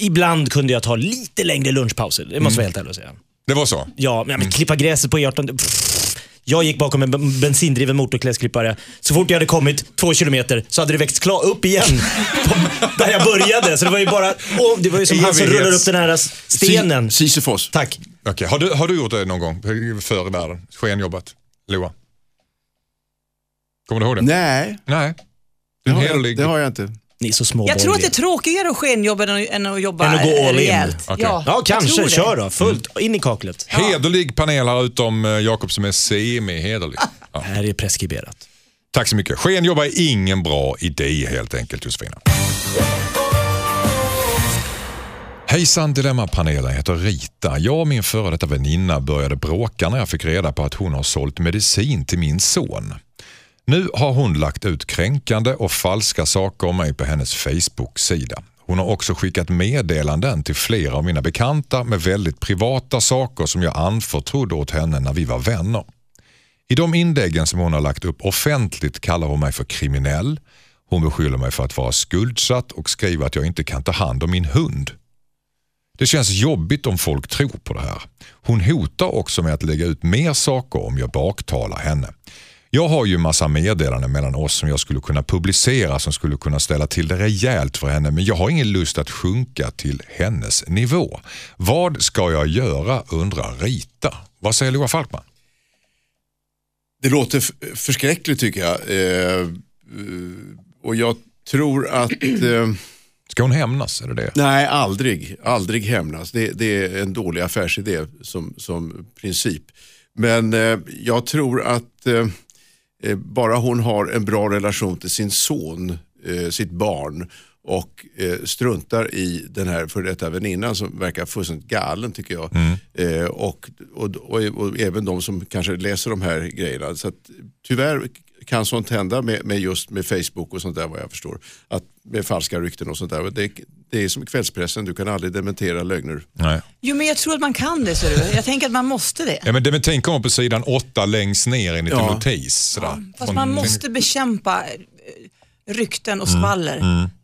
B: Ibland kunde jag ta lite längre lunchpauser. Det måste vara helt ärlig att säga.
A: Det var så?
B: Ja, men, men klippa gräset på E18. det- pff. Jag gick bakom en ben- bensindriven motorgräsklippare. Så fort jag hade kommit två kilometer så hade det växt klar upp igen. (laughs) på- där jag började. Så det var ju bara... Åh, det var ju som han som
A: Evighets-
B: rullar upp den här stenen.
C: Si- Sisyfos.
B: Tack.
A: Okej, Har, du, har du gjort det någon gång förr i världen? Skenjobbat? Loa? Kommer du ihåg det?
C: Nej,
A: Nej.
C: det har, jag,
A: Hederlig.
C: det har jag inte.
B: Ni är så små
E: Jag tror att det är
B: borgerliga.
E: tråkigare att skenjobba än att- än att jobba
B: Än att gå all in.
E: rejält.
A: Okej.
B: Ja,
E: jag tror
B: kanske.
E: det.
B: Kör då. Fullt. In i kaklet.
A: Hederlig panel här utom eh, Jakob som är semi-hederlig.
E: (laughs)
A: Ja.
B: Det här är preskriberat.
A: Tack så mycket. Skenjobba är ingen bra idé helt enkelt Josefina. Hejsan Dilemmapanelen, jag heter Rita. Jag och min före detta väninna började bråka när jag fick reda på att hon har sålt medicin till min son. Nu har hon lagt ut kränkande och falska saker om mig på hennes Facebook-sida. Hon har också skickat meddelanden till flera av mina bekanta med väldigt privata saker som jag anförtrodde åt henne när vi var vänner. I de inläggen som hon har lagt upp offentligt kallar hon mig för kriminell. Hon beskyller mig för att vara skuldsatt och skriver att jag inte kan ta hand om min hund. Det känns jobbigt om folk tror på det här. Hon hotar också med att lägga ut mer saker om jag baktalar henne. Jag har ju massa meddelanden mellan oss som jag skulle kunna publicera som skulle kunna ställa till det rejält för henne men jag har ingen lust att sjunka till hennes nivå. Vad ska jag göra undrar Rita. Vad säger Loa Falkman?
C: Det låter f- förskräckligt tycker jag. Eh, eh, och jag tror att... Eh,
A: Ska hon hämnas? Är det det?
C: Nej, aldrig. Aldrig hämnas. Det, det är en dålig affärsidé som, som princip. Men eh, jag tror att eh, eh, bara hon har en bra relation till sin son, eh, sitt barn och eh, struntar i den här före detta väninnan som verkar fullständigt galen tycker jag. Eh, och, och, och, och även de som kanske läser de här grejerna. Så att, tyvärr kan sånt hända med, med just med Facebook och sånt där vad jag förstår. Att, med falska rykten och sånt där. Det, det är som i kvällspressen, du kan aldrig dementera lögner.
A: Nej.
E: Jo, men jag tror att man kan det, ser du. Jag tänker att man måste det.
A: Ja, men, det- men tänk om på sidan åtta längst ner i en liten
C: Ja.
A: notis. Sådär.
E: Fast
A: Från-
E: man måste bekämpa eh, rykten och
A: Mm.
E: skvaller.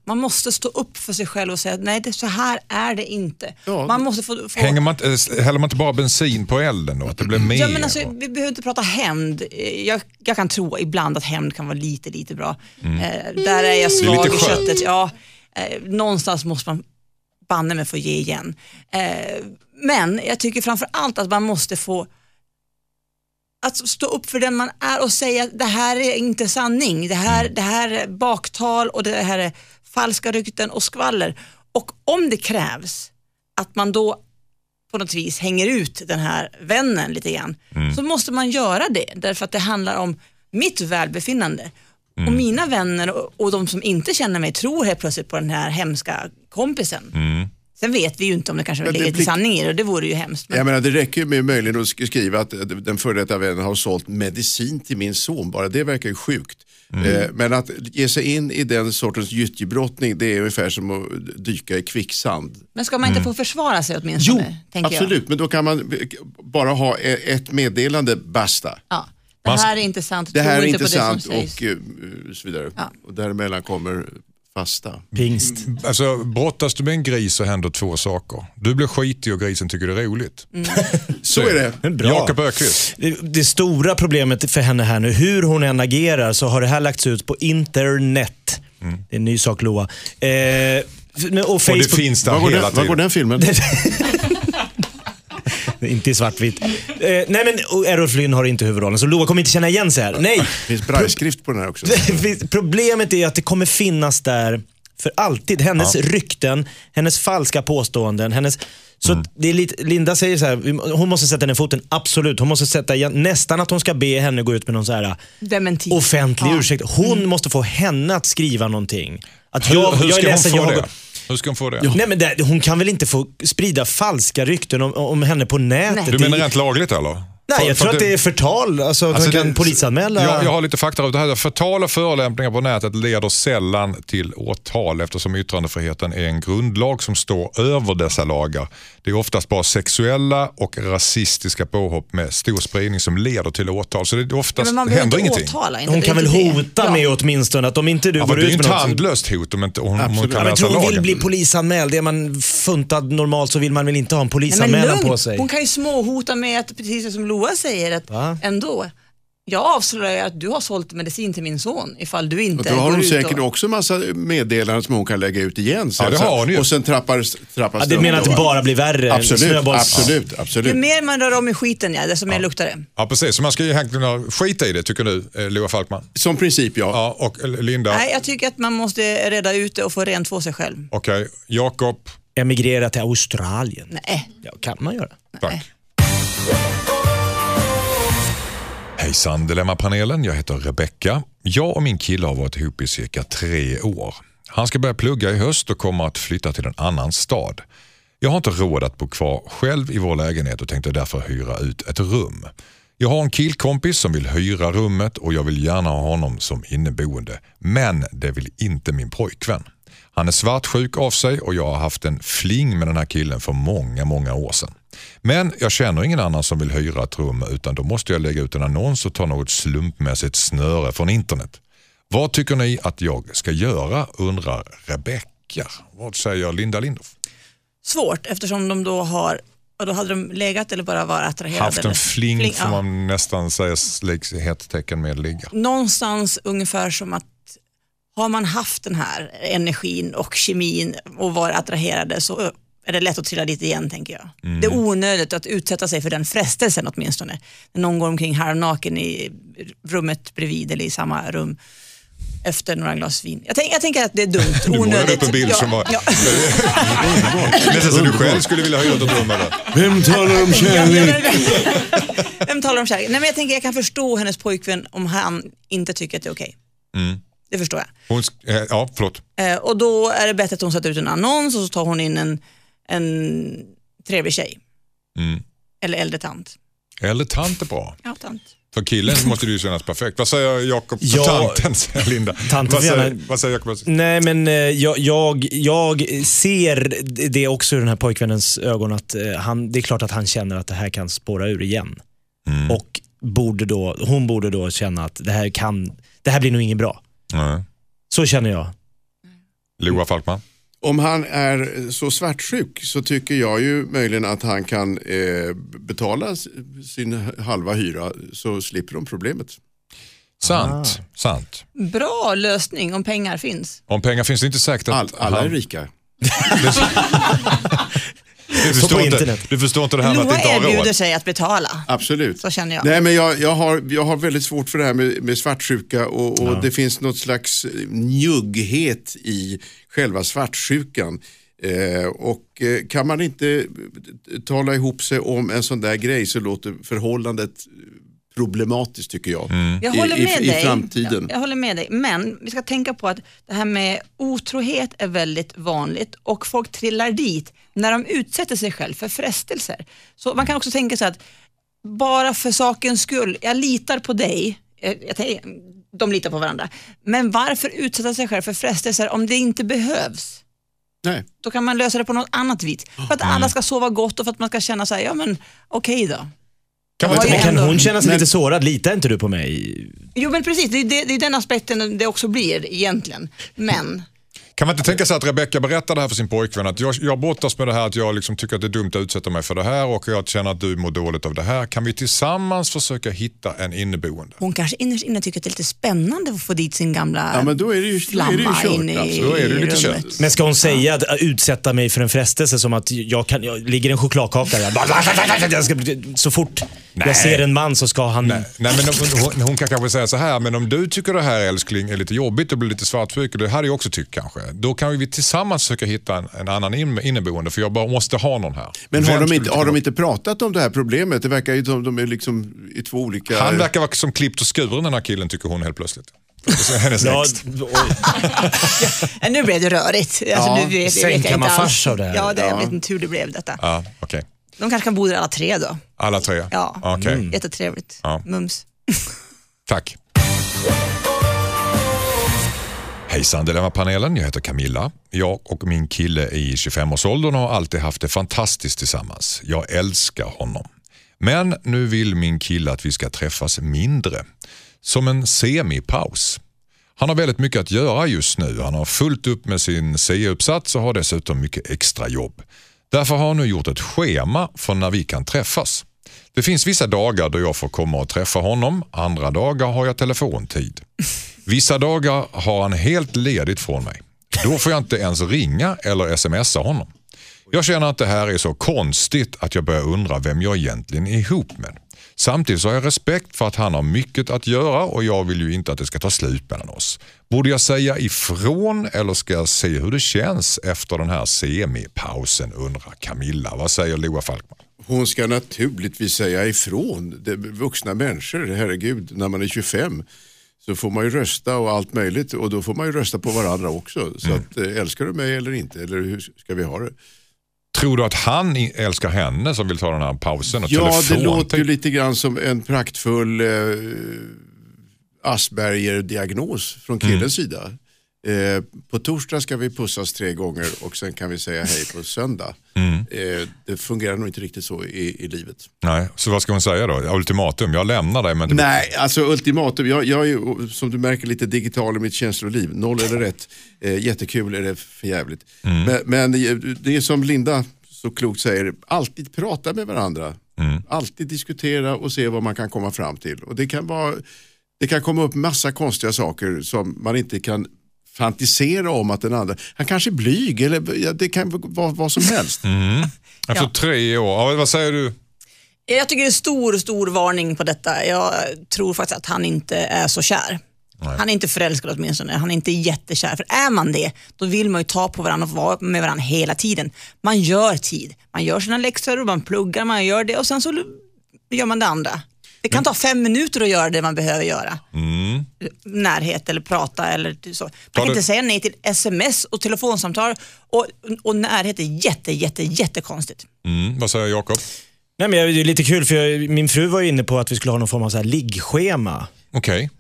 E: Man måste stå upp för sig själv och säga att nej, det, så här är det inte.
C: Ja.
E: Man måste få... få
A: Hänger man, inte- eh, häller man inte bara bensin på elden då? Att det blir mer?
E: ja, men alltså,
A: och-
E: vi behöver inte prata hämnd. Eh, Jag, jag kan tro ibland att hämnd kan vara lite, lite bra. Eh, där är jag svag
A: Mm. lite
E: i
A: skönt.
E: köttet. Ja, eh, någonstans måste man banne mig få ge igen. Eh, men jag tycker framför allt att man måste få att stå upp för den man är och säga att det här är inte sanning, det här,
A: Mm.
E: det här är baktal och det här är falska rykten och skvaller. Och om det krävs att man då på något vis hänger ut den här vännen lite grann, så måste man göra det därför att det handlar om mitt välbefinnande. Och mina vänner och, och de som inte känner mig tror helt plötsligt på den här hemska kompisen. Sen vet vi ju inte om det kanske
C: Men det
E: ligger lite
C: blir-
E: sanning i det och det vore ju hemskt. Men
C: Jag menar, det räcker ju med möjligen att sk- skriva att eh, den före detta vännen har sålt medicin till min son, bara det verkar ju sjukt. Eh, Men att ge sig in i den sortens gyttjebrottning, det är ungefär som att dyka i kvicksand.
E: Men ska man inte få försvara sig åtminstone? tänker jag.
C: Mm. absolut, men då kan man eh, bara ha e- ett meddelande, basta.
E: Ja. Det
A: Man-
E: här är inte sant,
C: Det här
E: tro
C: är
E: inte
C: inte
E: på
C: sant
E: det som sägs.
C: och eh, så vidare.
E: Ja.
C: Och däremellan kommer fasta.
B: Pingst.
A: Alltså, brottas du med en gris så händer två saker. Du blir skitig och grisen tycker det är roligt.
C: Så är det.
B: Men bra.
A: Jakob Ökvist.
B: Det, det stora problemet för henne här nu, hur hon än agerar så har det här lagts ut på internet. Det är en ny sak Loa. Eh, f- men- och
A: Och
B: Facebook,
A: Mm. det finns där
C: Var går,
A: hela
C: den, var går
A: tiden.
C: den filmen?
B: (laughs) Inte i svartvitt. Eh, nej men och Errol Flynn har inte huvudrollen så Loa kommer inte känna igen sig här. Nej, (laughs)
C: Det finns brajskrift på den här också.
B: Det finns- Problemet är att det kommer finnas där för alltid. Hennes rykten, hennes falska påståenden. Hennes, så
A: Mm.
B: att det är lite, Linda säger så här, vi- hon måste sätta ner foten, absolut. Hon måste sätta, igen- nästan att hon ska be henne gå ut med någon så här
E: Dementi.
B: offentlig
E: Ja. Mm.
B: ursäkt. Hon måste få henne att skriva någonting. Att
A: Hur,
B: jag,
A: hur
B: jag
A: ska
B: är ledsen,
A: hon få
B: jag har
A: det?
B: gått-
A: Hur ska hon få det?
B: Nej, men det, hon kan väl inte få sprida falska rykten om, om henne på nätet?
A: Du
B: Det-
A: menar rent lagligt eller?
B: Nej,
A: För-
B: jag
A: för
B: tror att
A: det-
B: det är förtal. Alltså, att
A: Alltså,
B: man kan
A: det-
B: polisanmäla.
A: Jag, jag har lite fakta runt det här. Förtal och förolämpningar på nätet leder sällan till åtal eftersom yttrandefriheten är en grundlag som står över dessa lagar. Det är oftast bara sexuella och rasistiska påhopp med stor spridning som leder till åtal. Så det är oftast
E: Men man behöver
A: händer
E: inte
A: ingenting.
E: åtala. Inte,
B: Hon kan väl
E: inte det.
B: hota
E: Ja.
B: med åtminstone att om inte du
A: Ja, men
B: går
A: det är ju
B: ut
A: ett
B: med något.
A: tandlöst hot om, inte, om, om hon
C: Absolut.
A: kan
B: alltså- Ja, men
A: läsa
B: jag tror hon vill
A: lagen.
B: bli polisanmäld. Är man funtad normalt så vill man väl inte ha en
E: Nej, men
B: polisanmälan
E: lugn.
B: på sig?
E: Hon kan ju småhota med att, precis som Loa säger, att
B: Va?
E: ändå, jag avslöjar att du har sålt medicin till min son ifall du
C: Och
E: inte
C: då har
E: går
C: hon
E: ut
C: säkert
E: och...
C: också massa meddelanden som hon kan lägga ut igen. sen.
A: Ja, det har hon ju.
C: Och sen trappas, trappas
B: Ja, du menar att
C: upp
B: det
C: då, va?
B: bara blir värre?
C: Absolut,
B: Snöbolls-
C: absolut,
E: Ju
C: absolut.
E: mer man rör om i skiten, ja, desto mer luktar det.
A: Ja, precis. Så man ska ju egentligen skita i det, tycker du, eh, Loa Falkman?
C: Som princip ja.
A: Ja, och eh, Linda.
E: Nej, jag tycker att man måste reda ut det och få rent för sig själv.
A: Okej, Jakob.
B: Emigrera till Australien?
E: Nej.
B: Ja, kan man göra.
A: Tack. Hejsan Dilemmapanelen, jag heter Rebecka. Jag och min kille har varit ihop i cirka tre år. Han ska börja plugga i höst och kommer att flytta till en annan stad. Jag har inte råd att bo kvar själv i vår lägenhet och tänkte därför hyra ut ett rum. Jag har en killkompis som vill hyra rummet och jag vill gärna ha honom som inneboende. Men det vill inte min pojkvän. Han är svartsjuk av sig och jag har haft en fling med den här killen för många, många år sedan. Men jag känner ingen annan som vill hyra ett rum utan då måste jag lägga ut en annons och ta något slumpmässigt snöre från internet. Vad tycker ni att jag ska göra undrar Rebecka. Vad säger Linda Lindorff?
E: Svårt, eftersom de då har, och då hade de legat eller bara var attraherade.
A: Haft en
E: eller-
A: fling,
E: Fling,
A: får
E: ja.
A: man nästan säga likhetstecken med ligga.
E: Någonstans ungefär som att har man haft den här energin och kemin och varit attraherade så ö, är det lätt att trilla dit igen tänker jag.
A: Mm.
E: Det är onödigt att utsätta sig för den frestelsen åtminstone. När någon går omkring halvnaken i rummet bredvid eller i samma rum efter några glas vin. Jag, tänk, jag tänker att det är dumt,
A: (laughs) Du målade
E: onödigt.
A: upp en bild
E: ja,
A: som var... (laughs)
E: ja.
A: Nästan som du själv skulle vilja hyra ett rum eller?
C: Vem talar om kärlek?
E: Vem talar om kärlek? Nej, men (laughs) jag, tänker, jag kan förstå hennes pojkvän om han inte tycker att det är okej.
A: Mm.
E: Det förstår jag.
A: Hon, sk- eh, ja, förlåt.
E: Eh, och då är det bättre att hon sätter ut en annons och så tar hon in en, en trevlig tjej.
A: Mm.
E: Eller äldre tant.
A: Eller tant är bra.
E: Ja, tant.
A: För killen
B: (laughs)
A: måste det ju kännas perfekt. Vad säger Jakob?
B: Ja.
A: Tanten säger Linda.
B: Tanten
A: vad,
B: får
A: säger,
B: gärna-
A: vad säger Jakob?
B: Nej, men eh, jag, jag, jag ser det också i den här pojkvännens ögon att eh, han, det är klart att han känner att det här kan spåra ur igen. Och borde då, hon borde då känna att det här, kan, det här blir nog inget bra.
A: Nej.
B: Så känner jag.
A: Loa Falkman.
C: Om han är så svartsjuk så tycker jag ju möjligen att han kan eh, betala s- sin halva hyra så slipper de problemet.
B: Ah.
A: Sant, sant.
E: Bra lösning om pengar finns.
A: Om pengar finns det inte säkert att...
C: All, alla är
A: han-
C: rika.
A: du,
B: Som
A: förstår
B: på
A: inte,
B: internet.
A: du förstår inte det här med att
E: Loa
A: inte ha
E: erbjuder
A: råd.
E: sig att betala.
C: Absolut.
E: Så känner jag.
C: Nej, men jag, jag, har, jag har väldigt svårt för det här med, med svartsjuka och, och det finns något slags njugghet i själva svartsjukan. Eh, och eh, kan man inte eh, tala ihop sig om en sån där grej så låter förhållandet problematiskt tycker jag.
A: Mm.
E: Jag
C: I,
E: håller
C: i,
E: med
C: I
E: dig.
C: framtiden.
E: Jag, jag håller med dig, men vi ska tänka på att det här med otrohet är väldigt vanligt och folk trillar dit när de utsätter sig själv för frestelser. Så man kan också tänka sig att bara för sakens skull, jag litar på dig, Eh, jag, tänker- de litar på varandra, men varför utsätta sig själv för frestelser om det inte behövs?
C: Nej.
E: Då kan man lösa det på något annat vis. För
C: Ah,
E: att alla ska sova gott och för att man ska känna så här, ja men okej då.
A: Kan
E: Jag
A: man
E: har
A: inte
B: Men
E: ju
A: bara-
B: kan
E: ändå-
B: hon känna sig
C: Men-
B: lite sårad? Litar inte du på mig?
E: Jo men precis, det är, det, det är den aspekten det också blir egentligen. Men
A: Kan man inte tänka sig att Rebecca berättar det här för sin pojkvän? Att jag, jag brottas med det här, att jag liksom tycker att det är dumt att utsätta mig för det här och jag känner att du mår dåligt av det här. Kan vi tillsammans försöka hitta en inneboende?
E: hon kanske innerst inne tycker att det är lite spännande att få dit sin gamla
C: Ja, men då är det ju, då är det ju
E: flamma in
C: kört.
E: i
C: Alltså.
A: Då är det lite
E: rummet.
A: kört.
B: Men ska hon säga att äh, utsätta mig för en frestelse som att jag, kan, jag ligger i en chokladkaka jag, bara- jag ska, så fort
A: Nej.
B: jag ser en man så ska han...
A: Nej, men hon, hon, hon kan kanske säga så här, men om du tycker det här älskling är lite jobbigt och blir lite svartsjuk, och det hade jag också tyckt kanske, då kan ju vi tillsammans försöka hitta en, en annan in, inneboende för jag bara måste ha någon här.
C: Men
A: Vem
C: har de,
A: skulle
C: inte,
A: tycka
C: har de
A: om-
C: inte pratat om det här problemet? Det verkar ju som de är liksom i två olika...
A: Han verkar vara som klippt och skuren den här killen tycker hon helt plötsligt. Så Hennes
B: Ja,
A: ex.
B: oj.
E: Ja, nu blev det rörigt. Alltså,
C: Ja,
E: nu vet, det
B: sen
E: vet jag
B: kan
E: inte
B: man
E: alls.
B: fars av det här.
E: Ja, det, jag
C: Ja.
E: vet inte hur det blev detta.
A: Ja, okej.
E: De kanske kan bo där alla tre då.
A: Alla tre?
E: Ja. Mm.
A: Okej,
E: Jättetrevligt.
A: Ja.
E: Mums.
A: tack. Hejsan Dilemmapanelen, jag heter Camilla. Jag och min kille i 25-årsåldern har alltid haft det fantastiskt tillsammans. Jag älskar honom. Men nu vill min kille att vi ska träffas mindre. Som en semipaus. Han har väldigt mycket att göra just nu. Han har fullt upp med sin C-uppsats och har dessutom mycket extra jobb. Därför har han nu gjort ett schema för när vi kan träffas. Det finns vissa dagar då jag får komma och träffa honom. Andra dagar har jag telefontid. Vissa dagar har han helt ledigt från mig. Då får jag inte ens ringa eller smsa honom. Jag känner att det här är så konstigt att jag börjar undra vem jag egentligen är ihop med. Samtidigt så har jag respekt för att han har mycket att göra och jag vill ju inte att det ska ta slut mellan oss. Borde jag säga ifrån eller ska jag se hur det känns efter den här semipausen undrar Camilla. Vad säger Loa Falkman?
C: Hon ska naturligtvis säga ifrån. Det är vuxna människor, herregud, när man är 25 så får man ju rösta och allt möjligt och då får man ju rösta på varandra också. Så att, eh, älskar du mig eller inte, eller hur ska vi ha det?
A: Tror du att han i- älskar henne som vill ta den här pausen och
C: Ja, det
A: telefontid?
C: låter ju lite grann som en praktfull eh, Asperger-diagnos från killens sida. Eh, på torsdag ska vi pussas tre gånger och sen kan vi säga hej på söndag. Eh, det fungerar nog inte riktigt så i, i livet.
A: Nej, så vad ska hon säga då? Ultimatum, jag lämnar dig men... det-
C: Nej, alltså ultimatum. Jag, jag är ju, som du märker lite digital i mitt känsloliv. Noll eller rätt. Eh, jättekul eller förjävligt.
E: Mm.
C: Men, men det är som Linda så klokt säger, alltid prata med varandra.
E: Mm.
C: Alltid diskutera och se vad man kan komma fram till. Och det kan, vara, det kan komma upp massa konstiga saker som man inte kan fantisera om att den andra, han kanske är blyg eller ja, det kan vara vad som helst.
E: Mm.
A: Efter
E: Ja.
A: tre år, ja, vad säger du?
E: Jag tycker det är stor, stor varning på detta. Jag tror faktiskt att han inte är så kär. Han är inte förälskad åtminstone, han är inte jättekär. För är man det, då vill man ju ta på varandra och vara med varandra hela tiden. Man gör tid, man gör sina läxor, och man pluggar, man gör det och sen så gör man det andra. Det kan ta fem minuter att göra det man behöver göra. Närhet eller prata eller så. Man kan
A: det-
E: inte säga nej till sms och telefonsamtal och, och närhet är jätte, jätte, jättekonstigt.
A: Mm, vad säger Jakob?
B: Nej, men jag- det är lite kul för jag, min fru var ju inne på att vi skulle ha någon form av så här liggschema.
A: Okej.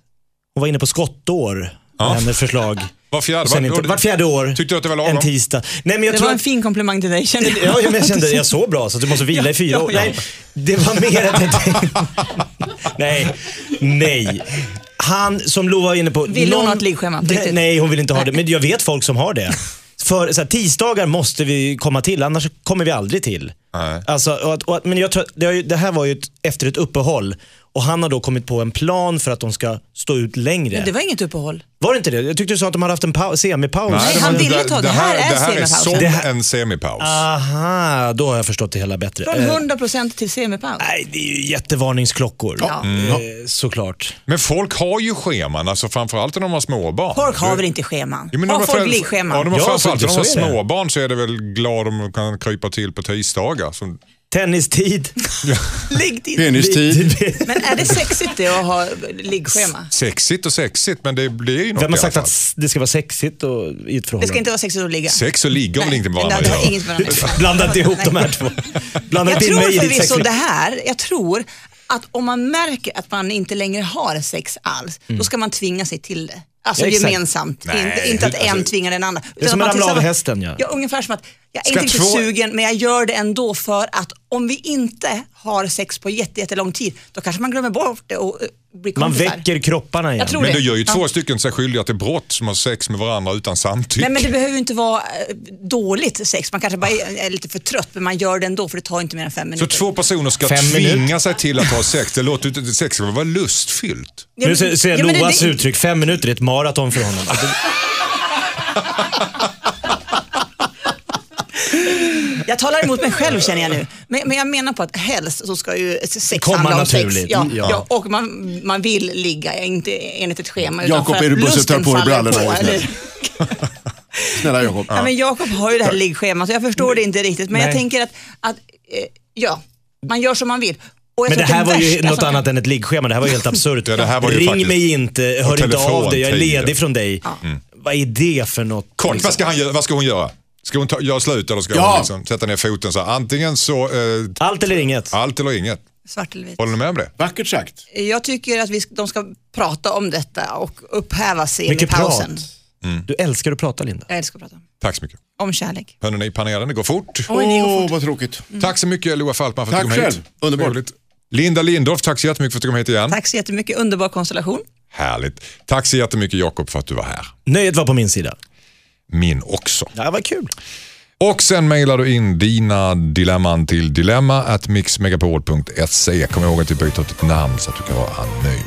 B: Hon var inne på skottår, med
A: (laughs)
B: hennes förslag.
A: Var fjärde,
B: Sen
A: var,
B: inte, vart fjärde år,
A: Tyckte du att det var lagom?
B: en tisdag. Nej, men jag
E: Det
B: tror
E: var en
B: att-
E: fin komplimang till dig kände jag.
B: Ja, men jag kände jag så bra så att du måste vila i fyra
E: Ja,
B: år.
E: ja, ja.
B: Nej, det var mer att jag tänkte... Nej, nej. Han som Lo var inne på...
E: Vill hon ha ett liggschema på
B: Det-
E: riktigt?
B: Nej, hon vill inte ha
E: Nej.
B: det. Men jag vet folk som har det. För så här, tisdagar måste vi komma till, annars kommer vi aldrig till.
A: Nej.
B: Alltså, och att, och att, men jag tror att det, har ju, det här var ju ett, efter ett uppehåll och han har då kommit på en plan för att de ska stå ut längre.
E: (laughs) Men det var inget uppehåll.
B: Var det inte det? Jag tyckte du sa att de hade haft en pau- semipaus.
E: Nej,
A: det
E: han
A: var-
E: ville ta- det här är
A: Det här är
E: semipausen.
A: som
B: Det här-
A: en semipaus.
B: Aha, då har jag förstått det hela bättre.
E: Från
B: Eh,
E: 100% till semipaus.
B: Nej, det är ju jättevarningsklockor.
E: Ja.
B: Eh, såklart.
A: Men folk har ju scheman, alltså framförallt när de har småbarn.
E: Folk har
A: Du-
E: väl inte scheman?
A: Jo, men
E: har
A: de
E: folk
A: föräldrar- Ja, de
E: liggscheman?
A: har
B: Ja,
A: framförallt när de har
B: faktiskt, så är det.
A: småbarn så är det väl glad om de kan krypa till på tisdagar. Som,
E: (laughs)
B: Tennistid.
E: Ligg till.
C: Penistid.
E: Men är (laughs) det sexigt det att ha
A: (laughs)
E: liggschema?
A: sexigt och sexigt, men det blir ju något
B: Vem har sagt
A: i alla
B: att
A: fall.
B: s- det ska vara sexigt och, i ett förhållande?
E: Det ska inte vara sexigt att ligga.
A: Sex och ligga har väl ingenting med
E: Nej,
A: varandra
E: det
A: att
E: har
A: göra? (laughs)
E: inget med varandra att göra.
B: (laughs) Blanda inte ihop
E: Nej.
B: de här två. Blanda
E: Jag
B: inte in
E: tror
B: mig i ditt
E: förvisso
B: sexliv.
E: det här, jag tror att om man märker att man inte längre har sex alls, då ska man tvinga sig till det. Alltså
B: Ja, Mm. exakt.
E: gemensamt,
A: Nej,
E: inte, inte att
A: alltså-
E: en tvingar den andra. Utan
B: som att
E: man
B: ramla av
E: tillsammans-
B: hästen, ja.
E: ja. Ungefär som att jag är
A: Ska
E: inte riktigt
A: två-
E: sugen men jag gör det ändå för att om vi inte har sex på jätte- jättelång tid, då kanske man glömmer bort det och eh, blir
B: Man
E: kompisar.
B: väcker kropparna igen.
E: Jag tror
A: Men
E: det.
A: det gör ju
E: Ja.
A: två stycken sig skyldiga till brott som har sex med varandra utan samtycke.
E: Nej men det behöver ju inte vara eh, dåligt sex, man kanske bara är, är lite för trött men man gör det ändå för det tar inte mer än fem
A: Så
E: minuter.
A: två personer ska
B: Fem
A: tvinga
B: minuter.
A: sig till att ha sex. Det låter ju inte... Sex ska vara lustfyllt.
E: Ja,
B: nu
E: men-
B: ser, ser jag
E: ja, men det-
B: Loas
E: det-
B: uttryck, fem minuter är ett maraton för honom.
E: Jag talar emot mig själv känner jag nu. Men, men jag menar på att helst så ska ju sex
B: Komma
E: handla om sex.
B: naturligt.
E: Ja,
B: Mm, ja.
E: ja. och man, man vill ligga, inte enligt ett schema. utan
C: Jakob,
E: för att
C: är du buss och tar
E: lusten
C: på dig
E: faller
C: brallorna just nu?
E: eller-
C: Snälla Jakob.
E: Ja, men Jakob har ju det här liggschemat så jag förstår det inte riktigt. Men
B: Nej.
E: jag tänker att, att eh, ja, man gör som man vill. Och jag
B: Men det
E: tror
B: här
E: att
B: var ju
E: värsta
B: något
E: som-
B: annat än ett liggschema. Det här var ju helt absurt.
A: Ja, det här var ju
B: Ring
A: faktiskt-
B: mig inte,
A: Och
B: hör inte av dig, jag är
A: telefontid.
B: ledig från dig. Vad är det för något?
A: Mm. Kort,
B: liksom?
A: vad ska, han, göra- vad ska hon göra? Ska hon ta, göra slut eller ska
C: Ja.
A: hon liksom sätta ner foten så här, antingen så eh,
B: Allt eller inget.
A: allt eller inget.
E: Svart eller vitt.
A: Håller ni med om det?
C: Vackert sagt.
E: Jag tycker att vi, sk- de ska prata om detta och upphäva sig i
B: Mycket
E: pausen.
B: prat.
A: Mm.
B: Du älskar att prata Linda.
E: Jag älskar att prata
A: Tack så mycket.
E: om kärlek.
A: Hörni ni i panelen, det går fort.
C: Åh, oh, vad tråkigt.
A: Tack så mycket Loa Falkman för att
C: Tack
A: du kom hit.
C: själv. Underbart.
A: Trevligt. Linda Lindorff, tack så jättemycket för att du kom hit igen.
E: Tack så jättemycket, underbar konstellation.
A: Härligt. Tack så jättemycket Jakob för att du var här.
B: Nöjet var på min sida.
A: Min också.
B: Ja, vad kul.
A: Och sen mejlar du in dina dilemman till dilemma at mixmegapol.se. Kom ihåg att du byter ut ditt namn så att du kan vara anonym.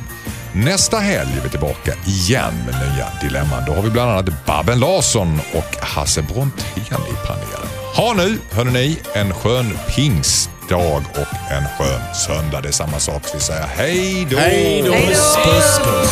A: Nästa helg är vi tillbaka igen med nya dilemman. Då har vi bland annat Babben Larsson och Hasse Brontén i panelen. Ha nu, hörni, en skön pingstdag och en skön söndag. Det är samma sak vi säger. Hej då!
C: Hej då.
B: Puss, puss.